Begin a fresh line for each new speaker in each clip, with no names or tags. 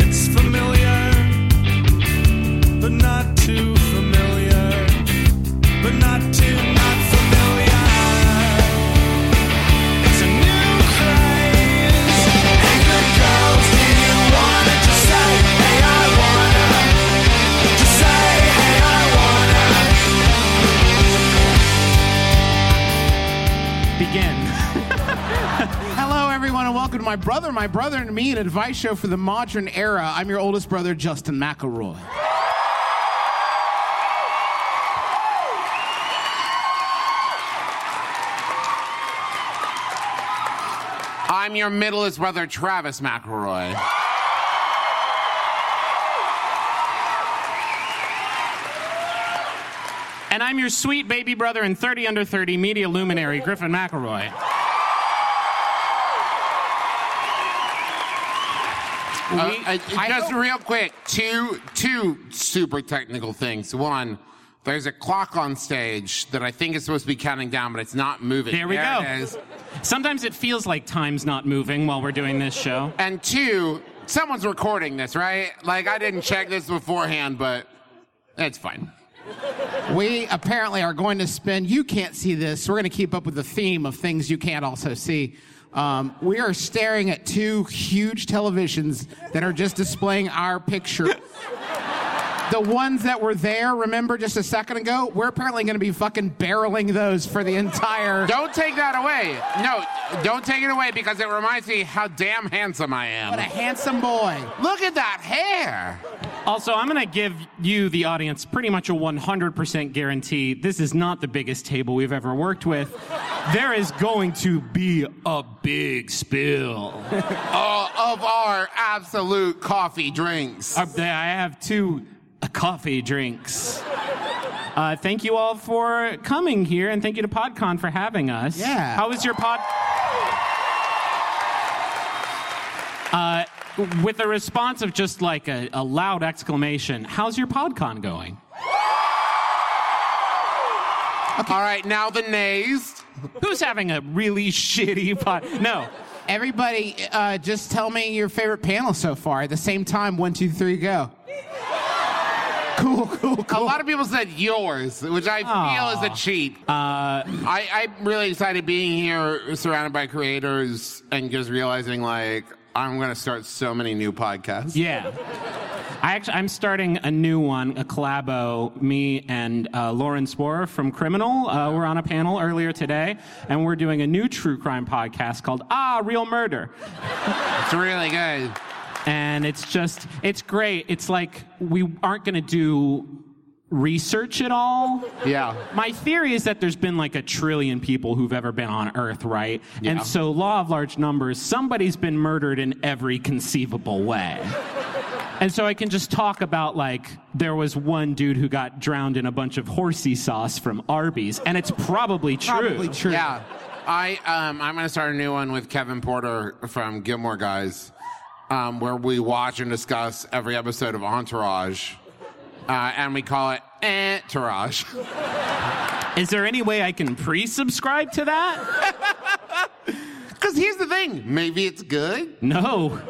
It's familiar, but not too familiar, but not too not familiar. It's a new craze. Hey, good girls, do you wanna just say, hey, I wanna? Just say, hey, I wanna.
begin. Hello, everyone, and welcome to my brother, my brother, and me, an advice show for the modern era. I'm your oldest brother, Justin McElroy. I'm your middleest brother, Travis McElroy. And I'm your sweet baby brother and 30 under 30 media luminary, Griffin McElroy.
Uh,
We-
uh,
I
just
don't-
real quick, two two super technical things. One, there's a clock on stage that I think is supposed to be counting down, but it's not moving.
There we go.
It is.
Sometimes it feels like time's not moving while we're doing this show.
And two, someone's recording this, right? Like I didn't check this beforehand, but it's fine.
We apparently are going to spend, you can't see this, we're going to keep up with the theme of things you can't also see. Um, we are staring at two huge televisions that are just displaying our picture. the ones that were there, remember just a second ago? We're apparently going to be fucking barreling those for the entire.
Don't take that away. No, don't take it away because it reminds me how damn handsome I
What a
am.
handsome boy.
Look at that hair.
Also, I'm going to give you, the audience, pretty much a 100% guarantee. This is not the biggest table we've ever worked with. There is going to be a big spill.
Uh, of our absolute coffee drinks.
Up there, Uh, I have two coffee drinks. Uh, thank you all for coming here, and thank you to PodCon for having us.
Yeah.
How was your pod? Uh, with a response of just like a, a loud exclamation, how's your PodCon going?
All right, now the nays.
Who's having a really shitty pod? No.
Everybody, uh, just tell me your favorite panel so far. At the same time, one, two, three, go. Cool, cool,
A
cool.
lot of people said yours, which I feel is a cheat. I, I'm really excited being here, surrounded by creators, and just realizing like I'm going to start so many new podcasts.
Yeah. I actually, I'm starting a new one, a collabo. Me and uh, Lauren Sporer from Criminal uh, were on a panel earlier today, and we're doing a new true crime podcast called Ah, Real Murder.
It's really good.
And it's just, it's great. It's like we aren't going to do research at all.
Yeah.
My theory is that there's been like a trillion people who've ever been on Earth, right?
Yeah.
And so, law of large numbers, somebody's been murdered in every conceivable way. and so, I can just talk about like there was one dude who got drowned in a bunch of horsey sauce from Arby's, and it's probably true.
Probably true.
Yeah. I um, I'm going to start a new one with Kevin Porter from Gilmore Guys, um, where we watch and discuss every episode of Entourage, uh, and we call it Entourage.
Is there any way I can pre subscribe to that?
Because here's the thing: maybe it's good.
No.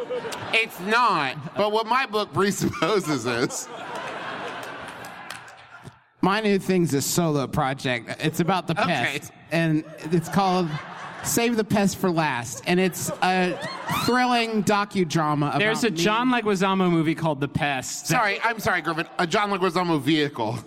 It's not. But what my book presupposes is.
My new thing's a solo project. It's about the
Okay.
pest, and it's called "Save the Pest for Last," and it's a thrilling docudrama. About
There's a
me.
John Leguizamo movie called The Pest. that-
Sorry, I'm sorry, Griffin. A John Leguizamo vehicle.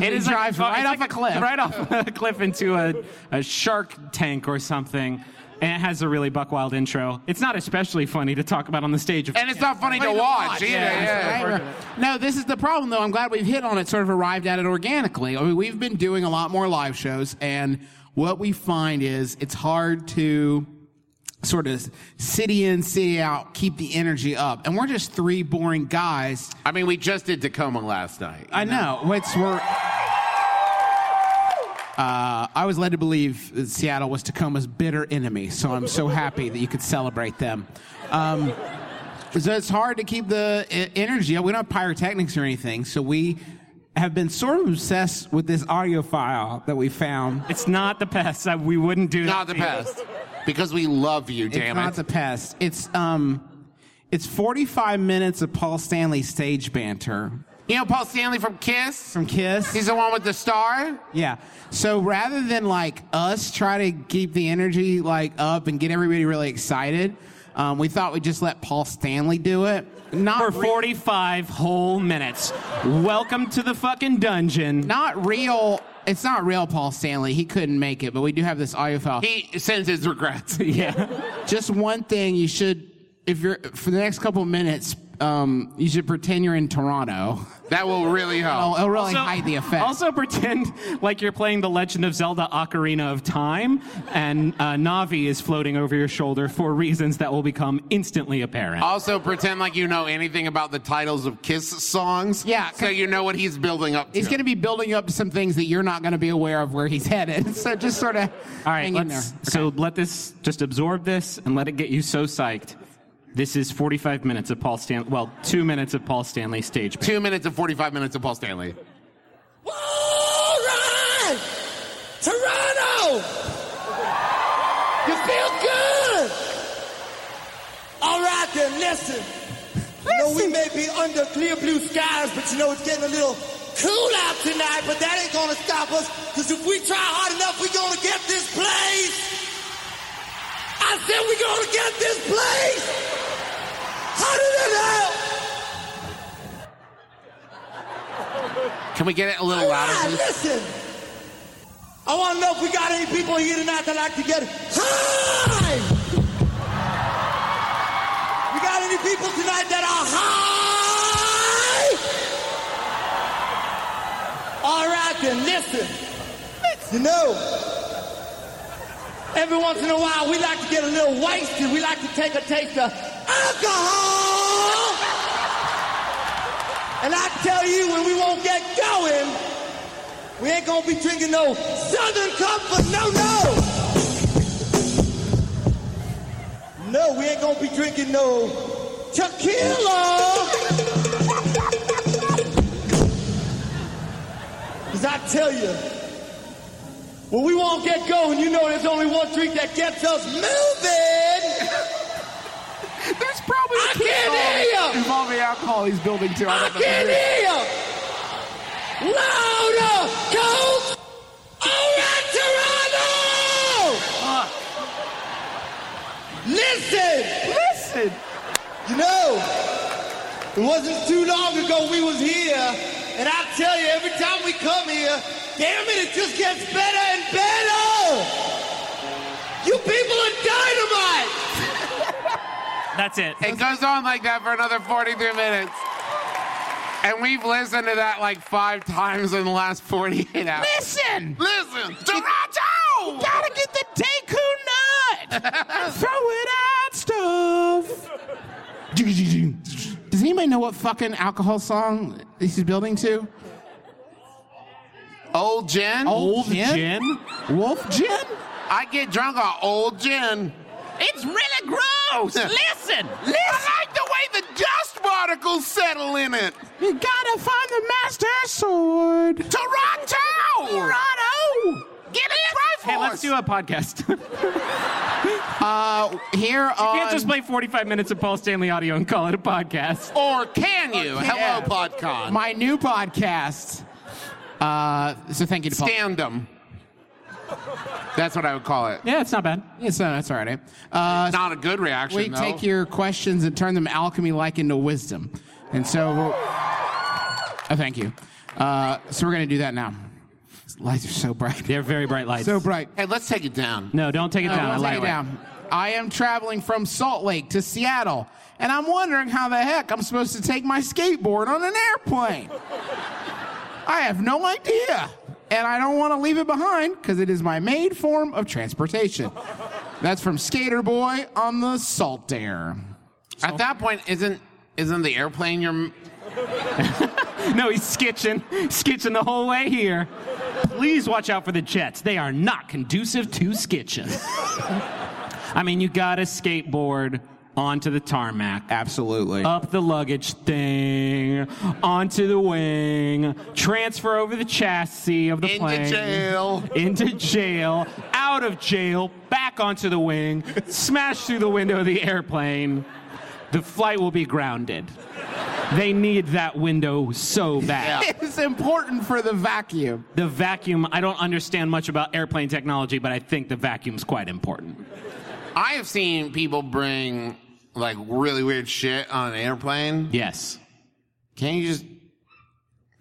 It is
drives
like,
right
it's
off
like
a cliff.
Right off a cliff into a, a shark tank or something. And it has a really buckwild intro. It's not especially funny to talk about on the stage.
And it's not funny to
Funny to
watch, either.
yeah,
Yeah.
right, right. No, this is the problem, though. I'm glad we've hit on it, sort of arrived at it organically. I mean, we've been doing a lot more live shows, and what we find is it's hard to sort of city in, city out, keep the energy up. And we're just three boring guys.
I mean, we just did Tacoma last night.
I know. It's we're Uh, I was led to believe that Seattle was Tacoma's bitter enemy, so I'm so happy that you could celebrate them. Um, so it's hard to keep the e- energy up. We don't have pyrotechnics or anything, so we have been sort of obsessed with this audio file that we found.
It's not the pest. I- We wouldn't do
Not
that.
the
to you.
pest. Because we love you,
It's
damn
not
it.
the pest. It's um, it's 45 minutes of Paul Stanley stage banter
you know Paul Stanley from Kiss?
from Kiss.
He's the one with the star?
Yeah. So rather than like us try to keep the energy like up and get everybody really excited, um, we thought we'd just let Paul Stanley do it. Not
For
re-
45 whole minutes. Welcome to the fucking dungeon.
not real. It's not real Paul Stanley. He couldn't make it, but we do have this audio file.
He sends his regrets.
Yeah.
just one thing you should, if you're for the next couple minutes, um, you should pretend you're in Toronto.
That will really
Oh,
help.
it'll really hide the effect.
also pretend like you're playing The Legend of Zelda Ocarina of Time and uh, Navi is floating over your shoulder for reasons that will become instantly apparent.
Also, pretend like you know anything about the titles of Kiss songs.
Yeah,
So you know what he's building up to.
He's going to be building you up to some things that you're not going to be aware of where he's headed. So just sort of
All right,
hang in there.
let's, so let this just absorb this and let it get you so psyched. This is 45 minutes of Paul Stanley. Well, two minutes of Paul Stanley stage.
Two minutes and 45 minutes of Paul Stanley.
All right! Toronto! You feel good! All right then, listen. I know we may be under clear blue skies, but you know it's getting a little cool out tonight, but that ain't gonna stop us, because if we try hard enough, we're gonna get this place! I said we're gonna get this place! Harder than hell!
Can we get it a little
All
louder,
right,
please?
listen. I want to know if we got any people here tonight that like to get high. We got any people tonight that are high? All right, then listen. You know, every once in a while we like to get a little wasted. We like to take a taste of alcohol. And I tell you, when we won't get going, we ain't gonna be drinking no Southern Comfort, no, no. No, we ain't gonna be drinking no tequila. Cause I tell you, when we won't get going, you know there's only one drink that gets us moving.
There's probably
I can't hear you.
involving alcohol he's building too.
I can hear you. Louder, Coke. All right, Toronto. Listen,
Listen!
you know, it wasn't too long ago we was here, and I tell you, every time we come here, damn it, it just gets better and better. You people are dynamite.
That's it.
It goes on like that for another 43 minutes. And we've listened to that like five times in the last 48 hours.
Listen!
Listen, Toronto!
Gotta get the Deku nut! Throw it out, stuff! Does anybody know what fucking alcohol song this is building to?
Old gin?
Old
Gin?
Wolf gin?
I get drunk on old gin.
It's really gross! Listen!
I like the way the dust particles settle in it.
You gotta find the master sword!
Toronto!
Toronto!
Get it
Hey, let's do a podcast. you
Uh, here on...
can't just play 45 minutes of Paul Stanley audio and call it a podcast.
Or can you?
Yeah.
Hello, PodCon.
my new podcast. Uh, so thank you to Paul.
Standum. That's what I would call it.
Yeah, it's not bad.
Yes, no, that's all right. eh? Uh,
Not a good reaction,
we
though.
take your questions and turn them alchemy like into wisdom. And so we'll. Oh, thank you. Uh, so we're going to do that now. These Lights are so bright.
They're very bright lights.
So bright.
Hey, let's take it down.
No, don't take it
Uh,
down. I
we'll
like
take it
it.
down. I am traveling from Salt Lake to Seattle, and I'm wondering how the heck I'm supposed to take my skateboard on an airplane. I have no idea, and I don't want to leave it behind because it is my main form of transportation. That's from Skater Boy on the Salt Air.
At that point, isn't isn't the airplane your?
No, he's skitching, skitching the whole way here. Please watch out for the jets. They are not conducive to skitching. I mean, you gotta skateboard onto the tarmac,
Absolutely.
up the luggage thing, onto the wing, transfer over the chassis of the
Into
plane.
jail.
Into jail, out of jail, back onto the wing, smash through the window of the airplane. The flight will be grounded. They need that window so bad.
it's important for the vacuum.
The vacuum, I don't understand much about airplane technology, but I think the vacuum's quite important.
I have seen people bring like really weird shit on an airplane.
Yes.
Can you just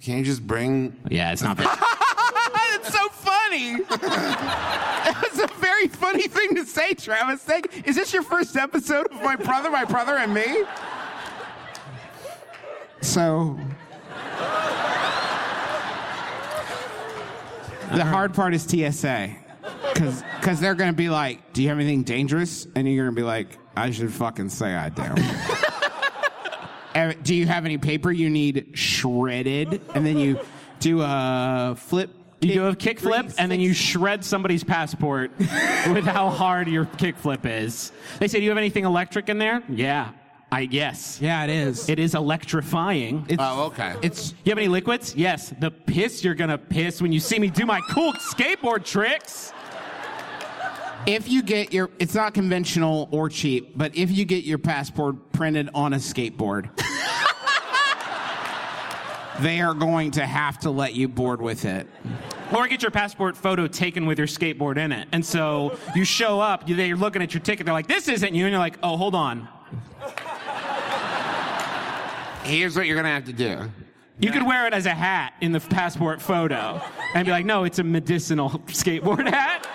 can you just bring
Yeah, it's not very.
That's so funny. That's a very funny thing to say, Travis. Thank, is this your first episode of My Brother, My Brother, and Me? So. The hard part is TSA. Because they're going to be like, Do you have anything dangerous? And you're going to be like, I should fucking say I do. Uh, do you have any paper you need shredded? And then you do a flip.
You do a kickflip and then you shred somebody's passport with how hard your kickflip is. They say, Do you have anything electric in there? Yeah. I yes.
yeah, it is.
It is electrifying.
It's,
Oh, okay.
It's
you have any liquids? Yes. The piss you're gonna piss when you see me do my cool skateboard tricks.
if you get your. It's not conventional or cheap, but if you get your passport printed on a skateboard, they are going to have to let you board with it.
Or get your passport photo taken with your skateboard in it. And so you show up, you- they're looking at your ticket, they're like, This isn't you, and you're like, Oh, hold on.
here's what you're gonna have to do.
You could wear it as a hat in the passport photo and be like, no, it's a medicinal skateboard hat.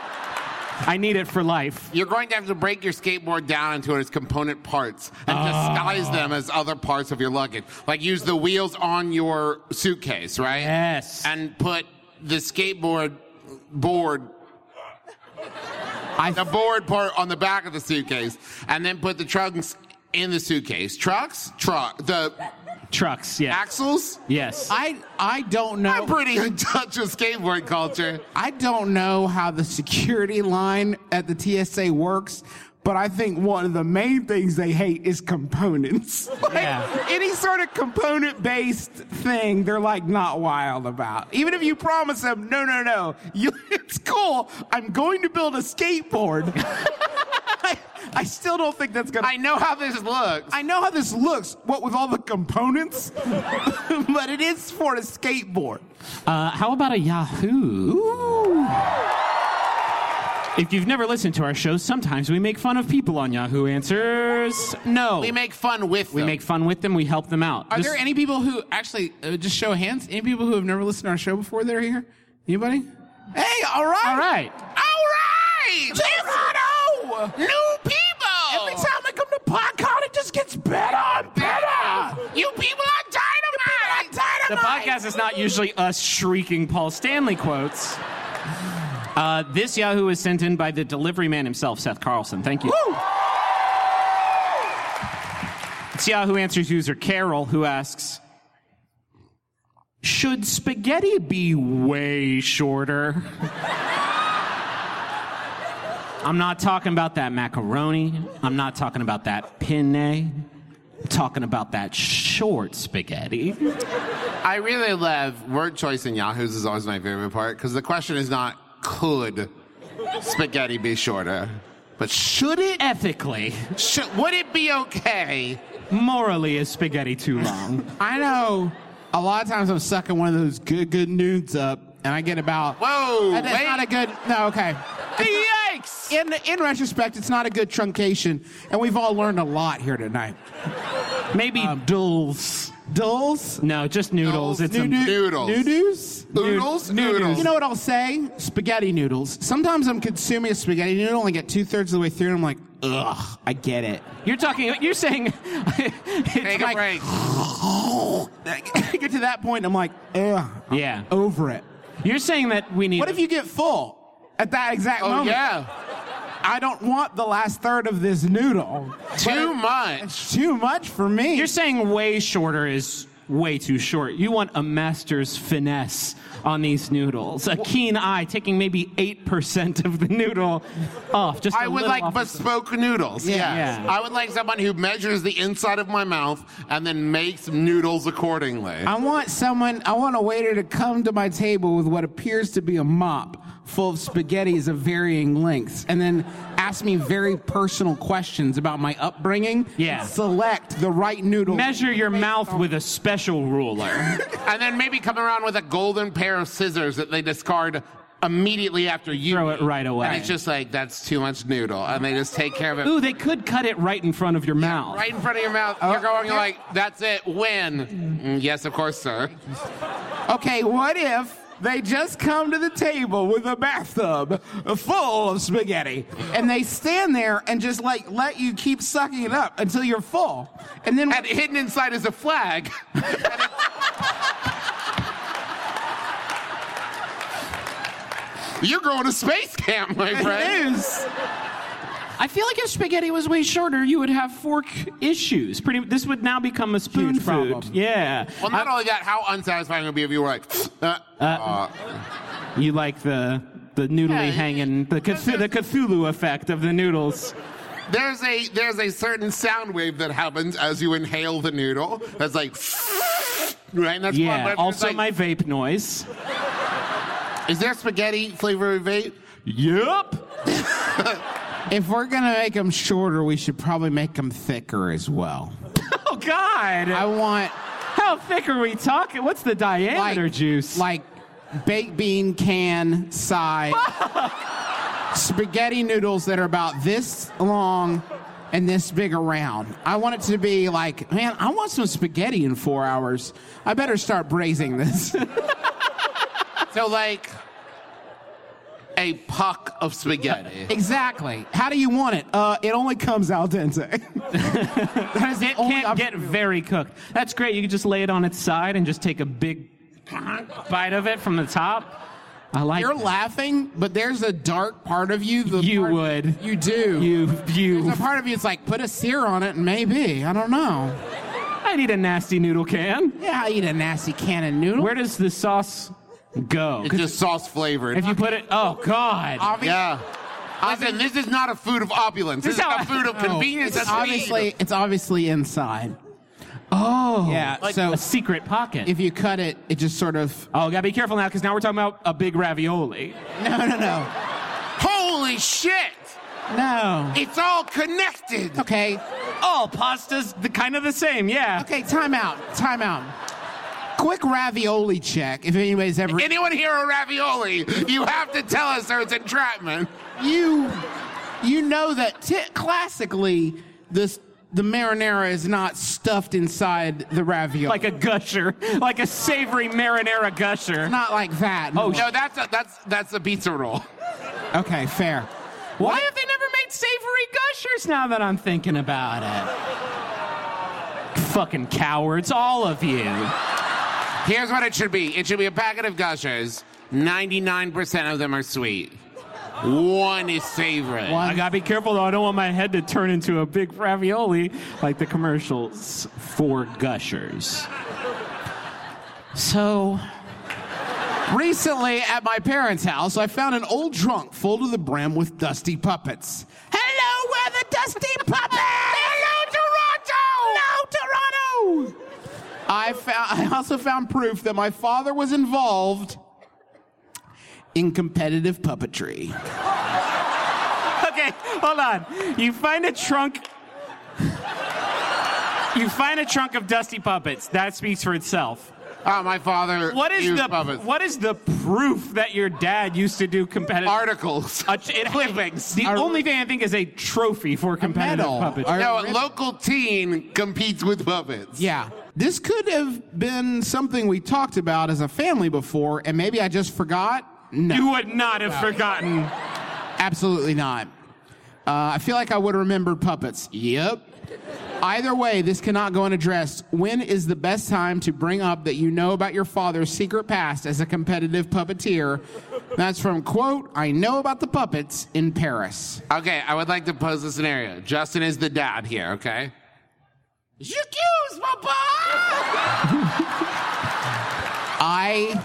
I need it for life.
You're going to have to break your skateboard down into its component parts and disguise them as other parts of your luggage. Like use the wheels on your suitcase, right?
Yes.
And put the skateboard board
I
the board part on the back of the suitcase and then put the trunks in the suitcase. Trucks? Truck. The
Trucks, yeah.
axles?
Yes.
I I don't know.
I'm pretty in touch with skateboard culture.
I don't know how the security line at the TSA works, but I think one of the main things they hate is components. Like,
Yeah.
Any sort of component based thing, they're like not wild about. Even if you promise them, no, no, no, you, it's cool. I'm going to build a skateboard. I, I still don't think that's gonna.
I know how this looks.
I know how this looks, what with all the components, but it is for a skateboard.
Uh, how about a Yahoo? If you've never listened to our shows, sometimes we make fun of people on Yahoo Answers. No.
We make fun with
we
them.
make fun with them, we help them out.
Are
Just-
there any people who actually uh, just show of hands? Any people who have never listened to our show before that are here? Anybody? Hey, all right,
All right.
all right, Toronto,
New people!
Every time I come to PodCon, it just gets better and better.
You people are dynamite!
I'm tired
The
of mine.
podcast is not usually us shrieking Paul Stanley quotes. Uh, this Yahoo is sent in by the delivery man himself, Seth Carlson. Thank you.
Woo!
It's Yahoo Answers user Carol who asks Should spaghetti be way shorter? I'm not talking about that macaroni. I'm not talking about that penne. I'm talking about that short spaghetti.
I really love word choice in Yahoo's is always my favorite part because the question is not could spaghetti be shorter, but should it?
Ethically,
Should, would it be okay?
morally, is spaghetti too long?
I know. A lot of times I'm sucking one of those good, good nudes up, and I get about.
Whoa,
That- That's
wait.
not a good. No, okay.
Yikes!
in in retrospect, it's not a good truncation, and we've all learned a lot here tonight.
Maybe
Um,
duels.
Dulls,
No, just noodles. It's a,
Noo-doo-
Noodles.
noodles.
Noodles? Noodles.
You know what I'll say? Spaghetti noodles. Sometimes I'm consuming a spaghetti noodle and I get two thirds of the way through, and I'm like, ugh, I get it.
you're talking. You're saying. it's
Take a
like-
break. Oh,
I get to that point, I'm like, ugh, I'm
Yeah.
over it.
You're saying that we need.
What if you get full at that exact
Oh,
moment?
yeah.
I don't want the last third of this noodle.
Too much.
It's too much for me.
You're saying way shorter is way too short. You want a master's finesse on these noodles, a keen eye, taking maybe 8% of the noodle off. Just
I
a
would
little
like
off the-
bespoke noodles.
Yeah.
yes.
Yeah.
I would like someone who measures the inside of my mouth and then makes noodles accordingly.
I want someone, I want a waiter to come to my table with what appears to be a mop full of spaghettis of varying lengths and then ask me very personal questions about my upbringing.
Yeah.
Select the right noodle.
Measure your mouth with a special ruler.
and then maybe come around with a golden pair of scissors that they discard immediately after you
Throw it right away.
And it's just like that's too much noodle, and they just take care of it
Ooh, they could cut it right in front of your mouth.
right in front of your mouth.
Oh,
You're going like, that's it. Win. Mm, yes, of course, sir.
Okay, what if they just come to the table with a bathtub full of spaghetti and they stand there and just like let you keep sucking it up until you're full? And then
And hidden inside is a flag. You're going to space camp, my friend.
news.
I feel like if spaghetti was way shorter, you would have fork issues. Pretty, this would now become a spoon
Huge
food.
problem.
Yeah.
Well, not only that, how unsatisfying it would be if you were like, uh, uh,
You like the the noodly
Yeah,
hanging, the, Cth- the Cthulhu effect of the noodles.
there's a there's a certain sound wave that happens as you inhale the noodle. That's like, right? And that's fun, but
Yeah.
it's
Also,
like,
my vape noise.
is there spaghetti flavor of vape?
Yep.
If we're gonna make them shorter, we should probably make them thicker as well.
Oh God.
I want
How thick are we talking? What's the
like
diameter juice?
like baked bean can size spaghetti noodles that are about this long and this big around. I want it to be like, man, I want some spaghetti in four hours. I better start braising this.
So like a puck of spaghetti.
exactly. How do you want it? Uh, it only comes al dente. that is the
it
only
can't
op-
get very cooked. That's great. You can just lay it on its side and just take a big bite of it from the top. I like.
You're
that.
laughing, but there's a dark part of you. The
You
part-
would.
You do.
You, you.
There's a part of you that's like, put a sear on it and maybe. I don't know.
I need a nasty noodle can.
Yeah, I eat a nasty cannon noodle.
Where does the sauce go?
It's just sauce flavored.
If you put it, oh God.
Obvi-
yeah. Listen, this is not a food of opulence. This
This
is
how-
a food of
no, It's
convenience. and speed.
obviously, it's obviously inside.
Oh,
Yeah. so
a secret pocket.
if you cut it, it just sort of.
oh, gotta be careful now, because now we're talking about a big ravioli.
No, no, no,
Holy shit!
no.
It's all connected.
Okay,
All Oh, pasta's the kind of the same, yeah.
okay. Time out. Time out. Quick ravioli check. If anybody's ever
Anyone here a ravioli? You have to tell us or it's entrapment.
you, you know that t- classically this the marinara is not stuffed inside the ravioli.
Like a gusher, like a savory marinara gusher.
not like that.
Oh,
No, that's a, that's that's a pizza roll.
okay, fair.
Why have they never made savory gushers now that I'm thinking about it? Fucking cowards, all of you.
Here's what it should be. It should be a packet of gushers. Ninety-nine percent of them are sweet. One is savory.
I gotta be careful though, I don't want my head to turn into a big ravioli like the commercials for gushers. So,
Recently, at my parents' house, I found an old trunk full to the brim with dusty puppets. Hello, we're the dusty puppets! Hello, Toronto! No, Toronto! I found. I also found proof that my father was involved in competitive puppetry.
okay, hold on. You find a trunk. You find a trunk of dusty puppets. That speaks for itself.
Oh, my father.
What is
used
the
puppets.
what is the proof that your dad used to do competitive
articles?
A, it,
Clippings.
The
A-
only thing I think is a trophy for competitive
medal.
puppets.
Or-
No, a local teen competes with puppets.
Yeah. This could have been something we talked about as a family before, and maybe I just forgot. No.
You would not have forgotten.
Absolutely not. Uh, I feel like I would remember puppets. Yep. Either way, this cannot go unaddressed. When is the best time to bring up that you know about your father's secret past as a competitive puppeteer? That's from quote, I know about the puppets in Paris.
Okay, I would like to pose a scenario. Justin is the dad here, okay? J'accuse, papa!
I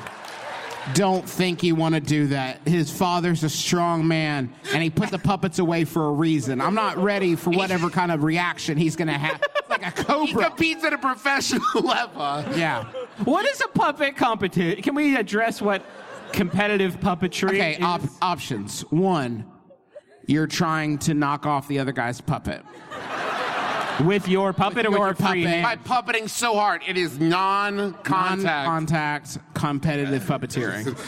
don't think he want to do that. His father's a strong man, and he put the puppets away for a reason. I'm not ready for whatever kind of reaction he's going to have. It's like a cobra.
He competes at a professional level.
Yeah.
What is a puppet competition? Can we address what competitive puppetry
Okay,
is?
op- options. One, you're trying to knock off the other guy's puppet.
with your puppet
With
or
your
with your free
puppet.
hand?
By puppeting so hard, it is non-contact.
Contact, competitive puppeteering.
and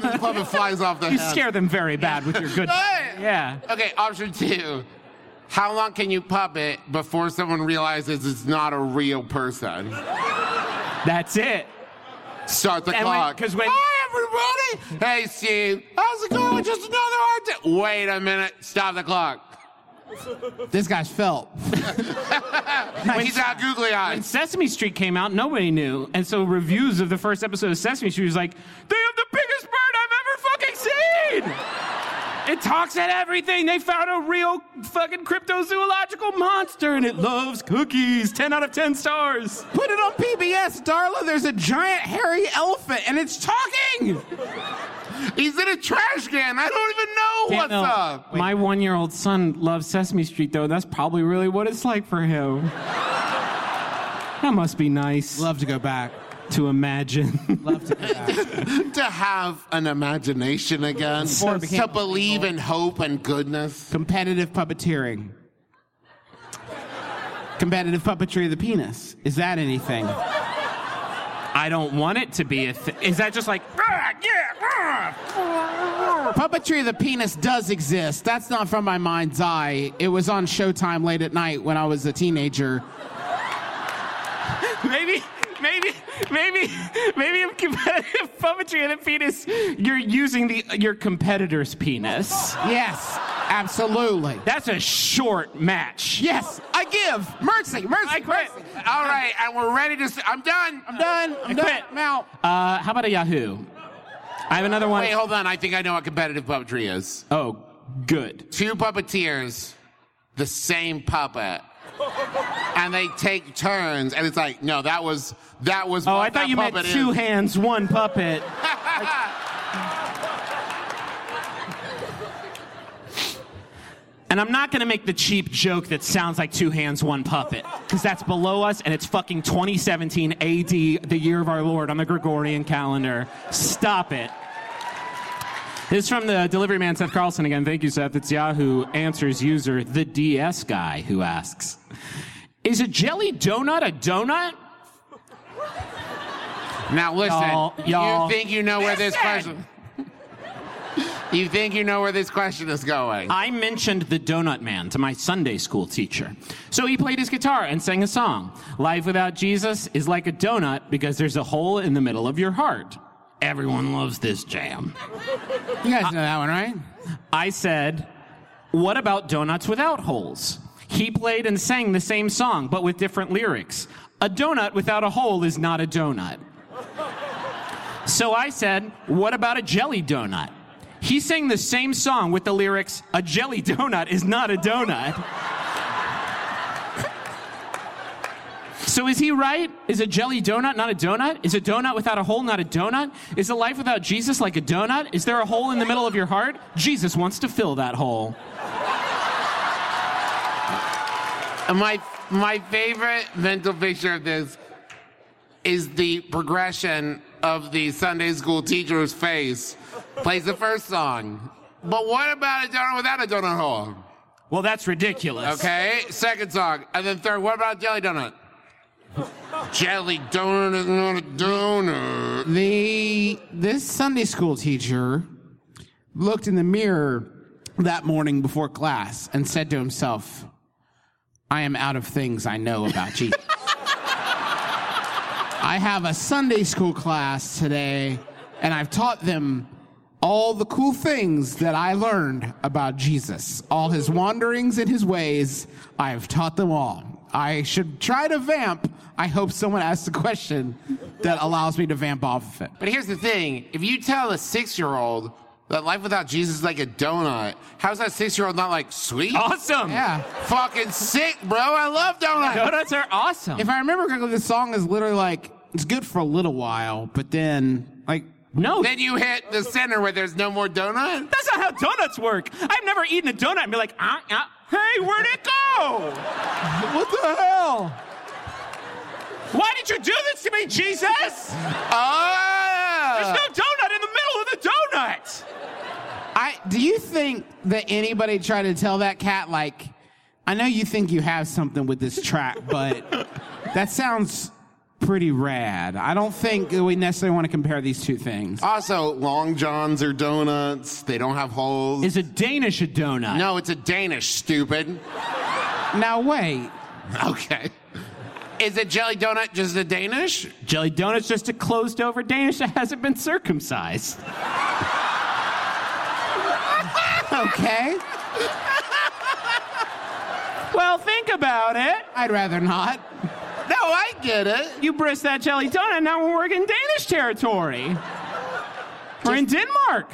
the puppet flies off the
You
hand.
scare them very bad with your good.
Hey!
yeah.
Okay, option two. How long can you puppet before someone realizes it's not a real person?
That's it.
Start the
And when-
clock.
'cause when-
Hi, everybody! Hey, Steve. How's it going? Just another hard day. Wait a minute. Stop the clock.
this guy's felt.
He's got googly
When
eyes.
Sesame Street came out, nobody knew. And so reviews of the first episode of Sesame Street was like, they have the biggest bird I've ever fucking seen! It talks at everything. They found a real fucking cryptozoological monster and it loves cookies. 10 out of 10 stars.
Put it on PBS, Darla. There's a giant hairy elephant, and it's talking.
He's in a trash can. I don't even know what's
Daniel,
up.
My one year old son loves Sesame Street, though. That's probably really what it's like for him. that must be nice
Love to go back.
to imagine.
Love to go back.
to have an imagination again,
So it
to
became-
believe in hope and goodness.
competitive puppeteering. Competitive puppetry of the penis. Is that anything?
I don't want it to be a thing. Is that just like, "Ah, yeah, ah."
Puppetry of the penis does exist. That's not from my mind's eye. It was on Showtime late at night when I was a teenager.
maybe, maybe, maybe, maybe in competitive puppetry and a penis, you're using the your competitor's penis.
Yes, absolutely.
That's a short match.
Yes, I give. Mercy, mercy.
I quit.
All right, and we're ready to. s I'm done. I'm
I'm done. I'm done.
quit.
I'm out.
Uh, how about a Yahoo? I have another one.
Wait, hold on. I think I know what competitive puppetry is.
Oh, good.
Two puppeteers, the same puppet, and they take turns. And it's like, no, that was that was.
Oh,
what
I
that
thought you meant
puppet
two
is.
hands, one puppet. And I'm not going to make the cheap joke that sounds like two hands, one puppet, because that's below us and it's fucking 2017 AD, the year of our Lord on the Gregorian calendar. Stop it. This is from the delivery man, Seth Carlson again. Thank you, Seth. It's Yahoo Answers user, the DS guy, who asks Is a jelly donut a donut?
Now listen,
Y'all- y'all-
you think you know where this
Listen!
question? you think you know where this question is going?
I mentioned the Donut Man to my Sunday school teacher. So he played his guitar and sang a song. Life without Jesus is like a donut because there's a hole in the middle of your heart. Everyone loves this jam.
You guys know that one, right?
I said, What about donuts without holes? He played and sang the same song, but with different lyrics. A donut without a hole is not a donut. So I said, What about a jelly donut? He sang the same song with the lyrics, A jelly donut is not a donut. So is he right? Is a jelly donut not a donut? Is a donut without a hole not a donut? Is a life without Jesus like a donut? Is there a hole in the middle of your heart? Jesus wants to fill that hole.
Uh, My my favorite mental picture of this is the progression of the Sunday school teacher's face. Plays the first song. But what about a donut without a donut hole?
Well, that's ridiculous.
Okay, second song. And then third, what about jelly donut? jelly donut is not a donut.
The this Sunday school teacher looked in the mirror that morning before class and said to himself, "I am out of things I know about Jesus. I have a Sunday school class today, and I've taught them all the cool things that I learned about Jesus, all his wanderings and his ways. I have taught them all. I should try to vamp. I hope someone asks a question that allows me to vamp off of it."
But here's the thing if you tell a six year old That life without Jesus is like a donut. How's that six year old not like, sweet?
Awesome.
Yeah.
Fucking sick, bro. I love donuts.
Donuts are awesome.
If I remember correctly, this song is literally like it's good for a little while, but then like
no,
Then you hit the center where there's no more donut.
that's not how donuts work. I've never eaten a donut and be like, ah, ah, hey, where'd it go?
what the hell?
Why did you do this to me, Jesus? There's
Oh!
no donut in the middle of the donut.
I do you think that anybody tried to tell that cat like I know you think you have something with this track, but that sounds pretty rad. I don't think that we necessarily want to compare these two things. Uh,
Also, Long Johns are donuts. They don't have holes.
Is a Danish a donut?
no, it's a Danish, stupid.
Now wait.
Okay. Is a jelly donut just a Danish?
Jelly donut's just a closed over Danish that hasn't been circumcised.
Okay.
Well, think about it.
I'd rather not.
No, I get it.
You brisked that jelly donut, now we're in Danish territory. We're in Denmark.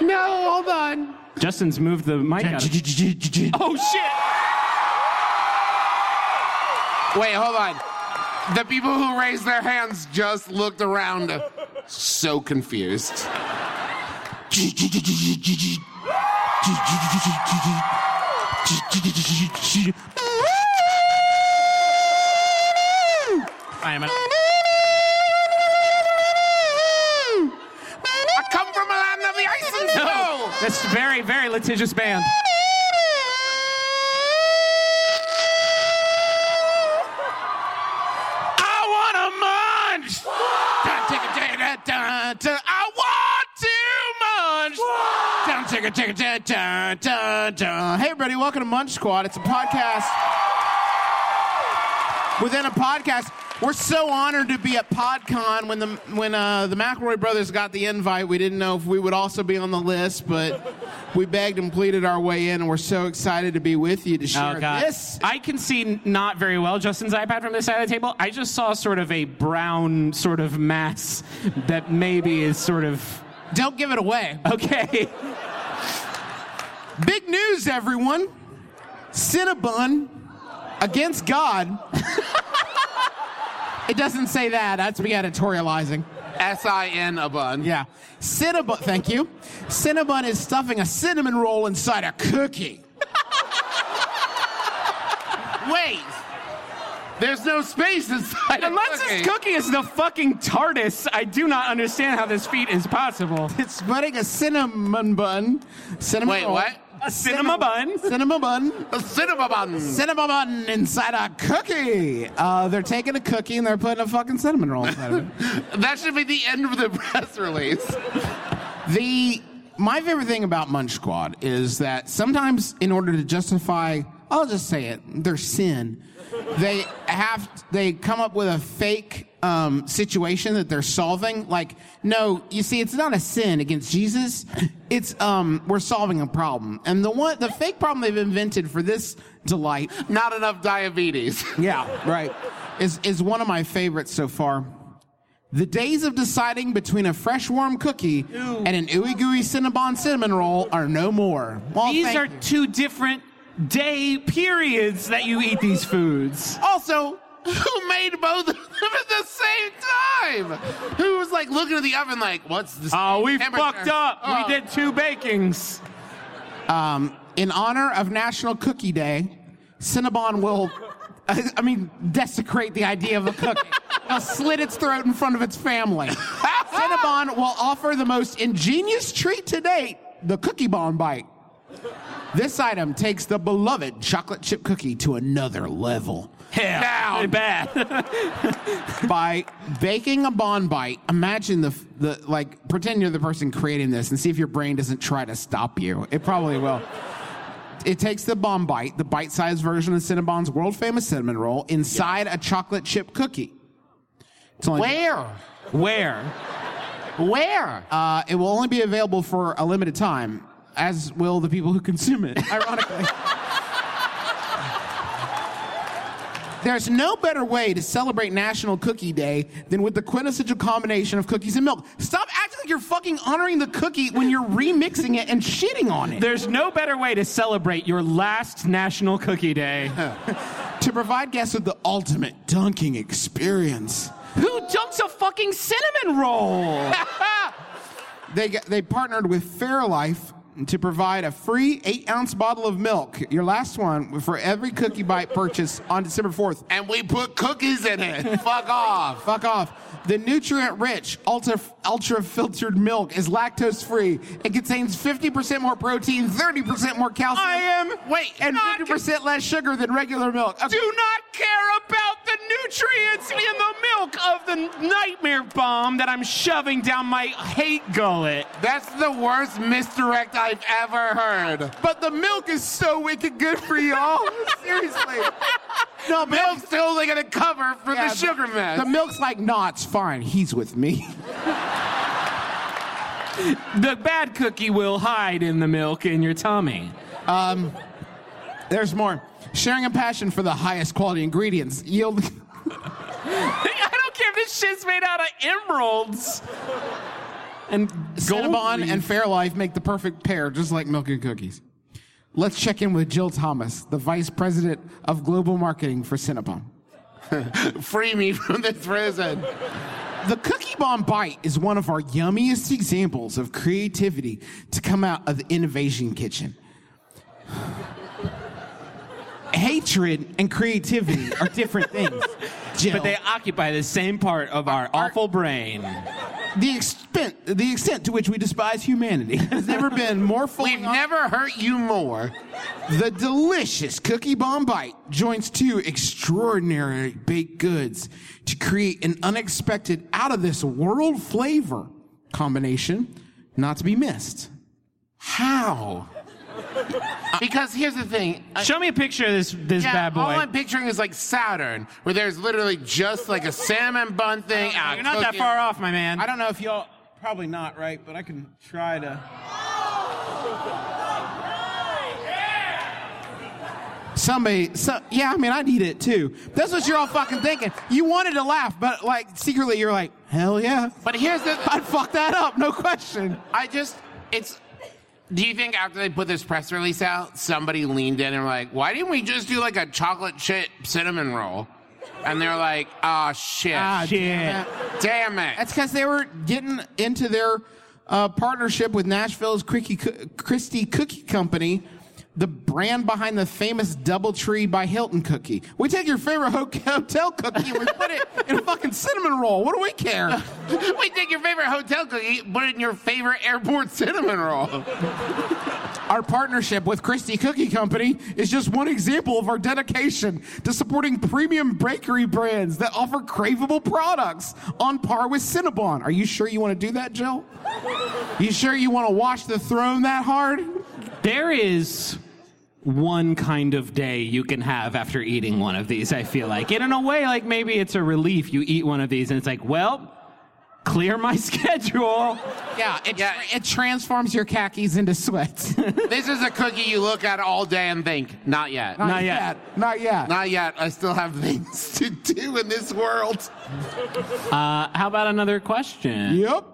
No, hold on.
Justin's moved the mic out. of- oh, shit.
Wait, hold on. The people who raised their hands just looked around, so confused.
I am an-
I come from a land of the ice and snow.
No, that's a very, very litigious band.
I want a munch. Dun, ticka, ticka, dun, dun, dun. I want to munch.
Dun, ticka, ticka, dun, dun, dun, dun. Hey, everybody, welcome to Munch Squad. It's a podcast within a podcast. We're so honored to be at PodCon. When the when uh, the McElroy brothers got the invite, we didn't know if we would also be on the list, but we begged and pleaded our way in, and we're so excited to be with you to
Oh,
share this.
I can see not very well Justin's iPad from this side of the table. I just saw sort of a brown sort of mass that maybe is sort of
Don't give it away.
okay.
Big news, everyone. Cinnabon against God. it doesn't say that. That's me editorializing.
S I N a bun.
Yeah. Cinnabon, thank you. Cinnabon is stuffing a cinnamon roll inside a cookie.
Wait. There's no space inside. a
Unless
cookie.
this cookie is the fucking TARDIS, I do not understand how this feat is possible.
It's putting a cinnamon bun. Cinnamon
Wait,
roll.
what?
A cinema bun.
Cinnamon bun.
A cinema bun.
Cinnamon bun inside a cookie. Uh, they're taking a cookie and they're putting a fucking cinnamon roll inside of it.
That should be the end of the press release.
The my favorite thing about Munch Squad is that sometimes, in order to justify, I'll just say it, their sin, they have they come up with a fake um, situation that they're solving. Like, no, you see, it's not a sin against Jesus. It's um, we're solving a problem, and the one the fake problem they've invented for this delight,
Not enough diabetes.
yeah, right, is is one of my favorites so far. The days of deciding between a fresh warm cookie and an ooey gooey Cinnabon cinnamon roll are no more. Well,
These
Oh, thank
are
you.
two different day periods that you eat these foods.
Also, who made both of them at the same time? Who was like looking at the oven like, what's this?
Oh, we
hamburger?
fucked up.
Oh.
We did two bakings.
um, in honor of National Cookie Day. Cinnabon will, I, I mean, desecrate the idea of a cookie. They'll slit its throat in front of its family. Cinnabon will offer the most ingenious treat to date: the cookie bomb bite. This item takes the beloved chocolate chip cookie to another level.
Hell,
Down.
bad.
by baking a bon bite. Imagine the the like pretend you're the person creating this and see if your brain doesn't try to stop you. It probably will. It takes the bomb bite, the bite-sized version of Cinnabon's world-famous cinnamon roll, inside a chocolate chip cookie. It's only
Where?
Where?
Where?
Uh, it will only be available for a limited time, as will the people who consume it. Ironically. There's no better way to celebrate National Cookie Day than with the quintessential combination of cookies and milk. Stop acting like you're fucking honoring the cookie when you're remixing it and shitting on it.
There's no better way to celebrate your last National Cookie Day.
to provide guests with the ultimate dunking experience.
Who dunks a fucking cinnamon roll?
They, g- they partnered with Fairlife to provide a free eight ounce bottle of milk, your last one, for every cookie bite purchase on December 4th.
And we put cookies in it. Fuck off.
Fuck off. The nutrient rich, ultra, ultra filtered milk is lactose free. It contains 50% more protein, 30% more calcium.
I am- wait,
and
not-
50% less sugar than regular milk. A
Do not care about the nutrients in the milk of the nightmare bomb that I'm shoving down my hate gullet.
That's the worst misdirect I've ever heard.
But the milk is so wicked good for y'all. Seriously. No, but-
Milk's the only gonna cover for
Yeah,
the sugar mess.
The milk's like, nah, it's fine. He's with me.
The bad cookie will hide in the milk in your tummy.
There's more. Sharing a passion for the highest quality ingredients yield.
I don't care if this shit's made out of emeralds and gold.
Cinnabon and Fairlife make the perfect pair, just like milk and cookies. Let's check in with Jill Thomas, the vice president of global marketing for Cinnabon.
Free me from this prison.
The Cookie Bomb Bite is one of our yummiest examples of creativity to come out of the innovation kitchen. Hatred and creativity are different things. Jill.
But they occupy the same part of our awful brain.
the extent the extent to which we despise humanity has never been more fully.
We've never hurt you more.
The delicious cookie bomb bite joins two extraordinary baked goods to create an unexpected, out of this world flavor combination, not to be missed. How?
Because here's the thing. I-
Show me a picture of this this
yeah,
bad boy.
All I'm picturing is like Saturn, where there's literally just like a salmon bun thing. a
You're not that
cookie-
far off, my man.
I don't know if y'all probably not right, but I can try to. Somebody, so, yeah, I mean, I need it too. That's what you're all fucking thinking. You wanted to laugh, but like secretly, you're like, hell yeah.
But here's the.
I'd fuck that up, no question.
I just. It's. Do you think after they put this press release out, somebody leaned in and were like, "Why didn't we just do like a chocolate chip cinnamon roll?" And they're like, "Ah, shit,
shit.
damn it."
That's because they were getting into their uh, partnership with Nashville's Cricky Coo- Christie Cookie Company, the brand behind the famous DoubleTree by Hilton cookie. We take your favorite ho- hotel cookie and we put it in a fucking cinnamon roll. What do we care?
we take your favorite hotel cookie, put it in your favorite airport cinnamon roll.
Our partnership with Christie Cookie Company is just one example of our dedication to supporting premium bakery brands that offer craveable products on par with Cinnabon. Are you sure you want to do that, Jill? You sure you want to wash the throne that hard?
There is one kind of day you can have after eating one of these, I feel like. And in a way, like maybe it's a relief. You eat one of these and it's like, well, clear my schedule.
Yeah, it,
Yeah.
it transforms your khakis into sweats.
This is a cookie you look at all day and think, not yet.
Not yet.
Not yet.
Not yet. I still have things to do in this world.
Uh, how about another question?
yep.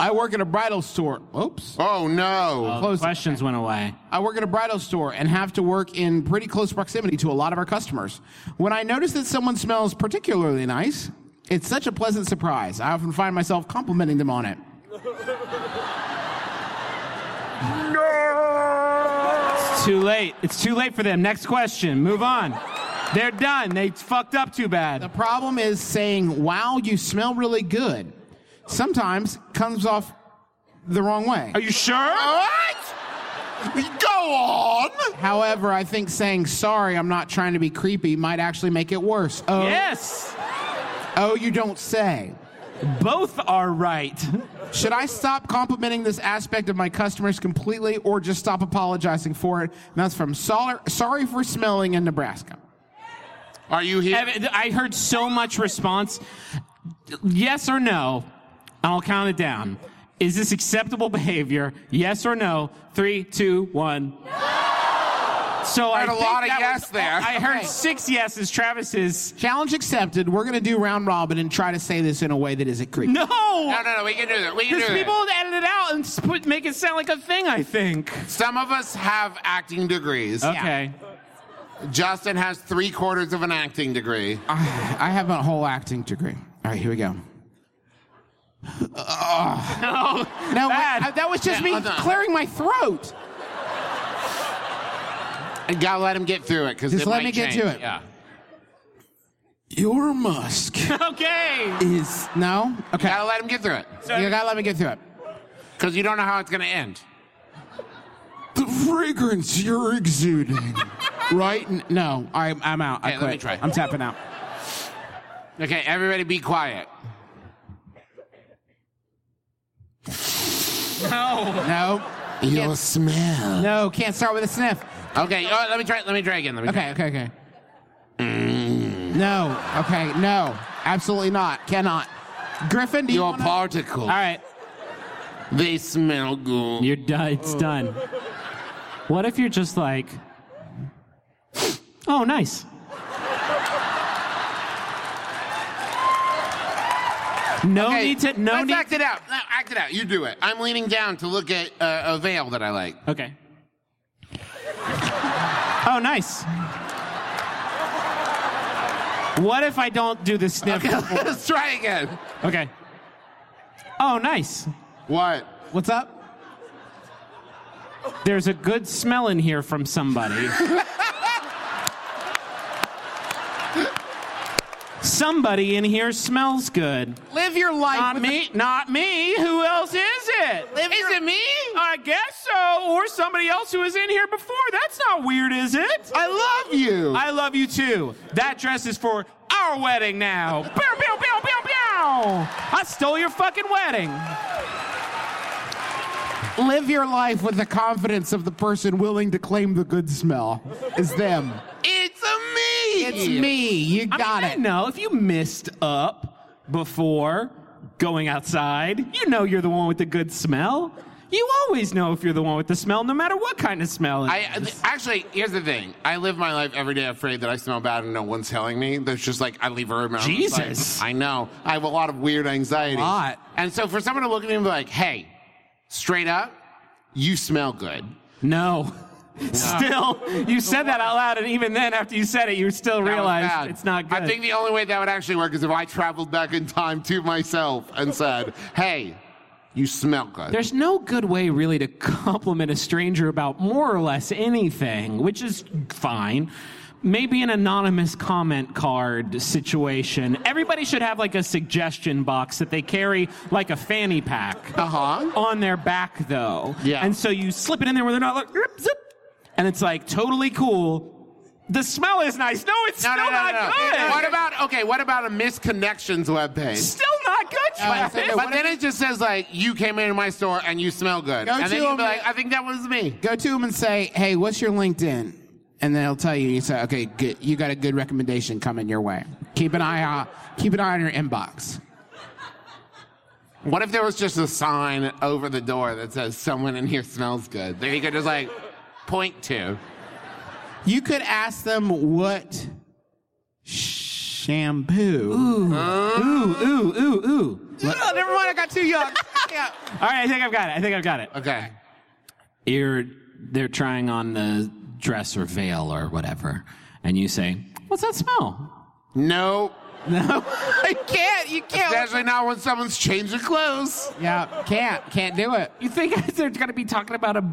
I work at a bridal store. Oops.
Oh no.
Those questions went away.
I work at a bridal store and have to work in pretty close proximity to a lot of our customers. When I notice that someone smells particularly nice, it's such a pleasant surprise. I often find myself complimenting them on it.
It's too late. It's too late for them. Next question. Move on. They're done. They fucked up too
The
bad.
problem is saying, wow, you smell really good, sometimes comes off the wrong way.
Are you sure?
What? Go on.
However, I think saying, sorry, I'm not trying to be creepy, might actually make it worse. Oh,
Yes.
oh you don't say.
Both are right.
Should I stop complimenting this aspect of my customers completely or just stop apologizing for it? And that's from Sol- Sorry for Smelling in Nebraska.
Are you here?
Evan, I heard so much response. Yes or no? I'll count it down. Is this acceptable behavior? Yes or no? Three, two, one. So I
Heard a
think
lot of
that
yes
was-
there.
I heard
Okay.
six yeses. Travis is
Challenge accepted. We're going to do round robin and try to say this in a way that isn't creepy.
no.
No, no, no. We can do that. We can do
Because
that.
people edit it out and s- put, make it sound like a thing. I think.
Some of us have acting degrees.
Okay.
Justin has three quarters of an acting degree.
I, I have a whole acting degree. All right, here we go.
No.
No, wait,
Bad.
I- that was just
Yeah,
me
hold on.
clearing my throat.
And gotta let him get through it because
Just let me get to it.
Yeah.
Your musk
okay.
is no. Okay,
Gotta let him get through it
you gotta let me get through it.
because you don't know how it's gonna end.
The fragrance you're exuding. right? N- No, I, I'm out. I
Okay,
quit.
let me try.
I'm tapping out.
Okay, everybody, be quiet.
No.
No,
You'll smell.
no, can't start with a sniff.
Okay. Oh, let me try. Let me try again. Let me
Okay, okay, okay. No, okay, no, absolutely not. Cannot. Griffin, do
Try.
you
Your
wanna-
particles.
All right.
They smell good.
You're done. It's done. What if you're just like, oh, nice. No
Okay,
need to. No
let's
need.
act it out. No, act it out. You do it. I'm leaning down to look at uh, a veil that I like.
Okay. Oh, nice. What if I don't do the sniff?
Okay, let's try again.
Okay. Oh, nice.
What?
What's up?
There's a good smell in here from somebody. somebody in here smells good.
Live your life.
Not
with
me. Not me. Who else is it? Is it me? I guess so. Or somebody else who was in here before. That's not weird, is it?
I love you.
I love you too. That dress is for our wedding now. Pew, pew, pew, pew, pew. I stole your fucking wedding.
the, live your life with the confidence of the person willing to claim the good smell. Is them.
It's a me.
It's me. You
I
got
mean,
it.
I know if you missed up before going outside, you know you're the one with the good smell. You always know if you're the one with the smell, no matter what kind of smell. It
I
is.
th- actually, here's the thing. I live my life every day afraid that I smell bad and no one's telling me. That's just like I leave a room. and I'm just like,
Jesus.
I know. I have a lot of weird anxiety.
lot.
And so for someone to look at me and be like, "Hey, straight up, you smell good."
No. Still, you said that out loud, and even then, after you said it, you still
That was
realized
bad.
it's not good.
I think the only way that would actually work is if I traveled back in time to myself and said, "Hey, you smell good."
There's no good way, really, to compliment a stranger about more or less anything, which is fine. Maybe an anonymous comment card situation. Everybody should have like a suggestion box that they carry like a fanny pack
Uh-huh.
on their back, though.
Yeah.
And so you slip it in there where they're not like, "Rip, zip," and it's like totally cool. The smell is nice. No, it's
no,
still
no, no,
not
no.
good.
What about okay? What about a misconnections webpage?
Still not good. Travis.
said no.
But then it just says like you came into my store and you smell good,
Go
and
to
then you'll
him
be like,
and-
I think that was me.
Go to him and say, "Hey, what's your LinkedIn?" And then he'll tell you. You say, "Okay, good. You got a good recommendation coming your way. Keep an eye on. Keep an eye on your inbox."
What if there was just a sign over the door that says someone in here smells good? That you could just like point to.
You could ask them what shampoo.
Ooh, ooh, ooh, ooh.
Oh, never mind. I got too young.
All right, I think I've got it. I think I've got it.
Okay.
you're they're trying on the dress or veil or whatever, and you say, "What's that smell?"
No,
I can't. You can't.
especially not when someone's changed their clothes.
Yeah, can't. Can't do it.
You think they're gonna be talking about a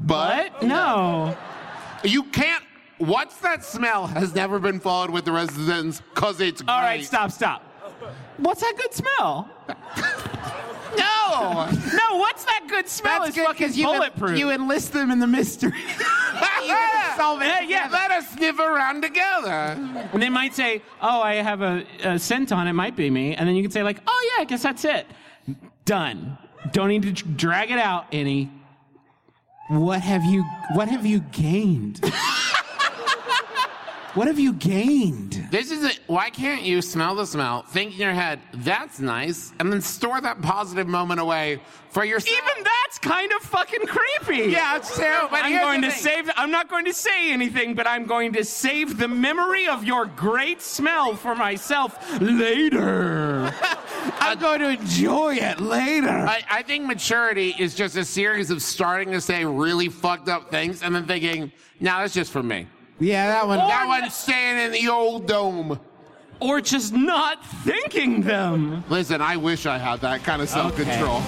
But
No,
you can't. What's that smell? Has never been followed with the rest of the sentence because it's great.
all right, stop, stop. What's that good smell?
No.
No, what's that good smell?
That's
is
good
fucking
because you, en-
bulletproof.
you enlist them in the mystery. solve it
Yeah, yeah.
Let us sniff around together.
and they might say, "Oh, I have a, a scent on. It might be me." And then you can say, "Like, oh yeah, I guess that's it. Done. Don't need to dr- drag it out any."
what have you? What have you gained?
What have you gained?
This is it. Why can't you smell the smell, think in your head, that's nice, and then store that positive moment away for yourself?
Even that's kind of fucking creepy.
Yeah, it's terrible. But
I'm
here's
going
the
to
thing.
save. I'm not going to say anything, but I'm going to save the memory of your great smell for myself later. I'm going to enjoy it later.
I, I think maturity is just a series of starting to say really fucked up things and then thinking, now that's just for me.
Oh, Yeah, that
Oh.
one.
That one's staying in the old dome.
Or just not thinking them.
Listen, I wish I had that kind of self control.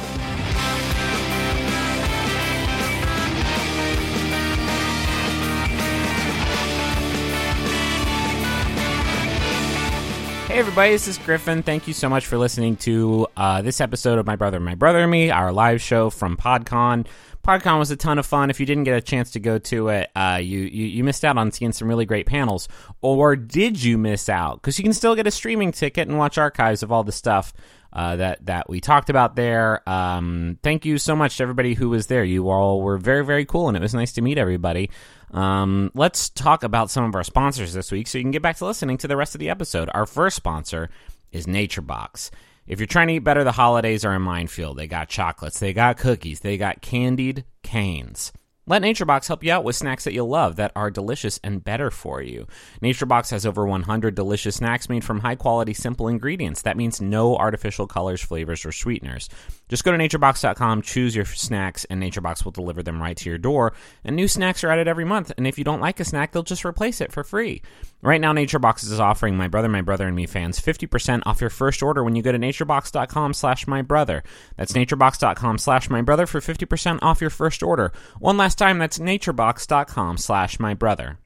Hey everybody, this is Griffin. Thank you so much for listening to uh, this episode of My Brother, My Brother and Me, our live show from PodCon. PodCon was a ton of fun. If you didn't get a chance to go to it, uh, you, you you missed out on seeing some really great panels. Or did you miss out? Because you can still get a streaming ticket and watch archives of all the stuff uh, that that we talked about there. Um, thank you so much to everybody who was there. You all were very very cool, and it was nice to meet everybody. Um, let's talk about some of our sponsors this week, so you can get back to listening to the rest of the episode. Our first sponsor is NatureBox. If you're trying to eat better, the holidays are a minefield. They got chocolates, they got cookies, they got candied canes. Let NatureBox help you out with snacks that you'll love that are delicious and better for you. NatureBox has over 100 delicious snacks made from high quality, simple ingredients. That means no artificial colors, flavors, or sweeteners. Just go to naturebox.com, choose your snacks, and NatureBox will deliver them right to your door. And new snacks are added every month. And if you don't like a snack, they'll just replace it for free. Right now, NatureBox is offering my brother, my brother, and me fans 50% off your first order when you go to naturebox.com slash my brother. That's naturebox.com slash my brother for 50% off your first order. One last time, that's naturebox.com slash my brother.